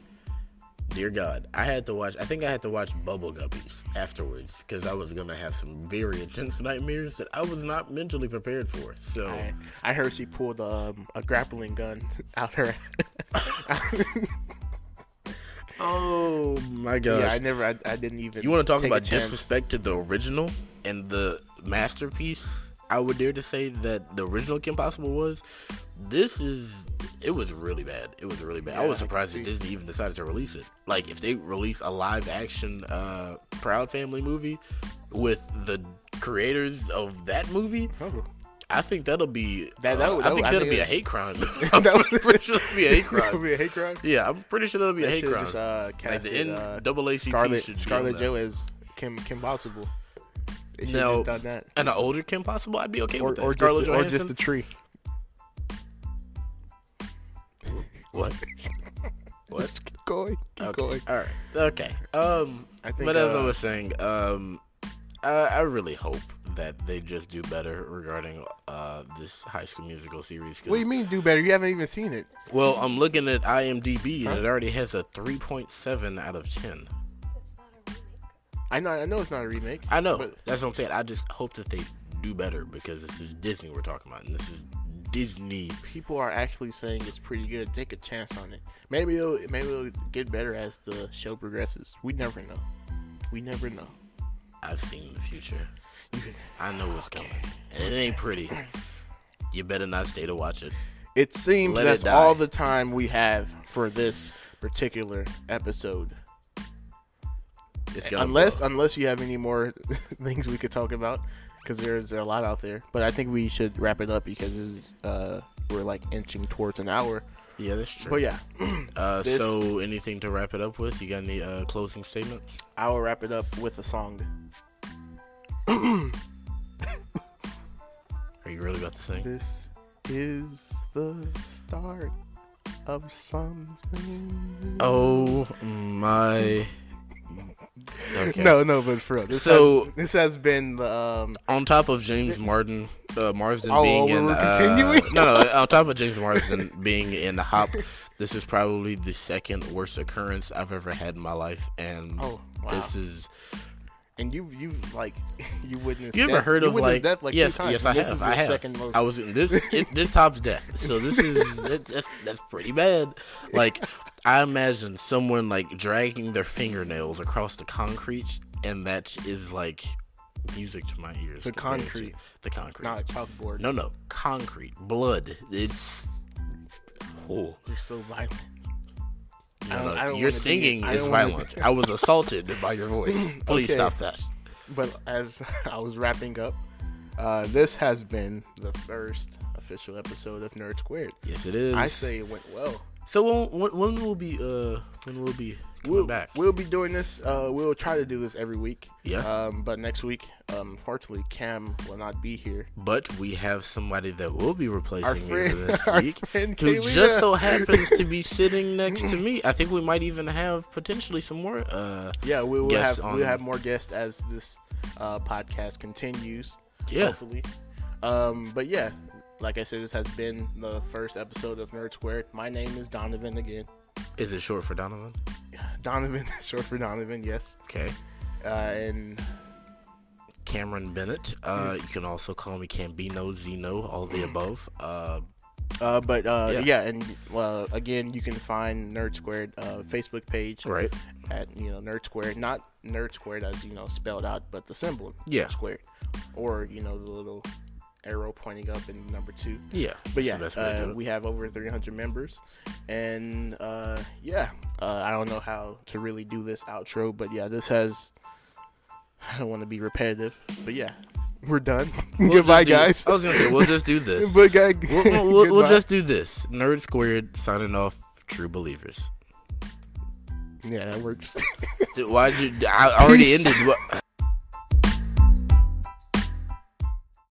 B: dear God, I had to watch. I think I had to watch Bubble Guppies afterwards because I was gonna have some very intense nightmares that I was not mentally prepared for. So.
A: I, I heard she pulled um, a grappling gun out her.
B: Oh my gosh.
A: yeah, I never, I, I didn't even.
B: You want to talk
A: take a
B: about
A: chance.
B: disrespect to the original and the masterpiece? I would dare to say that the original Kim Possible was. This is. It was really bad. It was really bad. I
A: Yeah,
B: was
A: I
B: surprised
A: can
B: that
A: see.
B: Disney even decided to release it. Like, if they release a live action uh, Proud Family movie with the creators of that movie,
A: Oh.
B: I think that'll be.
A: That- that
B: uh,
A: would-
B: I
A: that
B: think
A: would- I
B: that'll
A: think
B: be a
A: that's-
B: hate crime.
A: That
B: I'm
A: would-
B: pretty sure that'll be a hate crime.
A: Be a hate crime.
B: Yeah, I'm pretty sure that'll be a
A: They
B: hate
A: should've
B: crime.
A: just uh,
B: like
A: casted
B: the N
A: uh,
B: double ACP
A: Scarlett
B: should be on
A: Scarlett
B: that.
A: Joe as Kim Kim Possible. They should
B: Now-
A: just done that.
B: and an older Kim Possible, I'd be okay
A: or,
B: with that.
A: or,
B: Scarlett
A: just, or
B: Johansson?
A: just the tree.
B: what? What?
A: Just keep going. Keep
B: Okay.
A: going.
B: All right. Okay. Um.
A: I think,
B: but as I
A: uh,
B: was saying, um, I, I really hope that they just do better regarding uh this High School Musical series. 'cause-
A: What do you mean do better? You haven't even seen it.
B: Well, I'm looking at IMDb and it already has a 3.7 out of 10.
C: It's not a remake.
A: I know I know it's not a remake.
B: I know.
A: But-
B: That's what I'm saying. I just hope that they do better because this is Disney we're talking about, and this is Disney.
A: People are actually saying it's pretty good. Take a chance on it. Maybe it'll maybe it'll get better as the show progresses. We never know. We never know.
B: I've seen the future.
A: You-
B: I know what's coming, and it ain't pretty. You better not stay to watch it.
A: It seems
B: Let it
A: that's
B: die.
A: all the time we have for this particular episode.
B: It's gonna
A: Unless
B: blow.
A: unless you have any more things we could talk about because there's there are a lot out there. But I think we should wrap it up because this is, uh, we're like inching towards an hour.
B: yeah, that's true.
A: But yeah,
B: uh,
A: this-
B: so anything to wrap it up with? You got any uh, closing statements?
A: I will wrap it up with a song.
B: Are you really about to sing?
A: This is the start of something.
B: Oh my. Okay.
A: No, no, but for real, this
B: So-
A: has, this has been the um,
B: On top of James Martin, uh, Marsden
A: Oh,
B: being
A: we
B: in
A: were
B: uh,
A: continuing?
B: no, no. On top of James Marsden being in the hop, this is probably the second worst occurrence I've ever had in my life, and
A: Oh, wow.
B: this is
A: and you you like you witnessed.
B: You ever
A: death-
B: heard
A: you
B: of
A: witnessed
B: like,
A: death like
B: yes,
A: two times.
B: yes, I
A: this
B: have,
A: Is
B: I
A: the
B: have.
A: Second most.
B: I was in this it, this tops death, so this is that, that's that's pretty bad. Like I imagine someone like dragging their fingernails across the concrete, and that is like music to my ears.
A: The
B: compared to-
A: concrete.
B: the concrete.
A: not a chalkboard.
B: no, no, concrete, blood. It's No.
A: You're so violent. I
B: No,
A: don't- I
B: no,
A: don't
B: your
A: wanna be-
B: singing
A: I
B: is
A: don't wanna-
B: violent. I was assaulted by your voice. Please
A: Okay.
B: stop that.
A: But as I was wrapping up, uh, this has been the first official episode of Nerd Squared.
B: Yes, it is.
A: I say it went well.
B: So when when, when will be uh when will be coming
A: We'll,
B: back?
A: we'll be doing this. Uh, we'll try to do this every week.
B: Yeah.
A: Um, but next week, um, fortunately, Cam will not be here.
B: but we have somebody that will be replacing
A: Our
B: me
A: friend-
B: this
A: our
B: week,
A: friend
B: who
A: Kaylina.
B: just so happens to be sitting next to me. I think we might even have potentially some more. Uh,
A: Yeah, we will
B: Guests
A: have
B: on-
A: we'll have more guests as this uh, podcast continues.
B: Yeah.
A: Hopefully. Um, but yeah, like I said, this has been the first episode of Nerd Squared. My name is Donovan again.
B: is it short for Donovan?
A: Donovan is short for Donovan. Yes.
B: Okay.
A: Uh, and
B: Cameron Bennett. Uh,
A: Mm.
B: you can also call me Cambino, Zeno, all the above. Uh,
A: Uh, but uh,
B: Yeah.
A: yeah. and uh, again, you can find Nerd Squared uh, Facebook page
B: Right.
A: at you know Nerd Squared, not Nerd Squared as you know spelled out, but the symbol
B: Yeah.
A: squared, or you know the little arrow pointing up in number two.
B: yeah.
A: But
B: that's
A: yeah,
B: the best way to
A: uh,
B: do it.
A: we have over 300 members, and uh, yeah, uh, I don't know how to really do this outro, but yeah, this has. I don't want to be repetitive, but yeah, we're done.
B: We'll
A: Goodbye, guys.
B: just do- I was gonna say we'll just do this.
A: But guy,
B: we'll, we'll- we'll, we'll
A: goodbye.
B: just do this. Nerd Squared signing off. True believers.
A: yeah, that works.
B: Why did I already
A: Peace.
B: ended? What?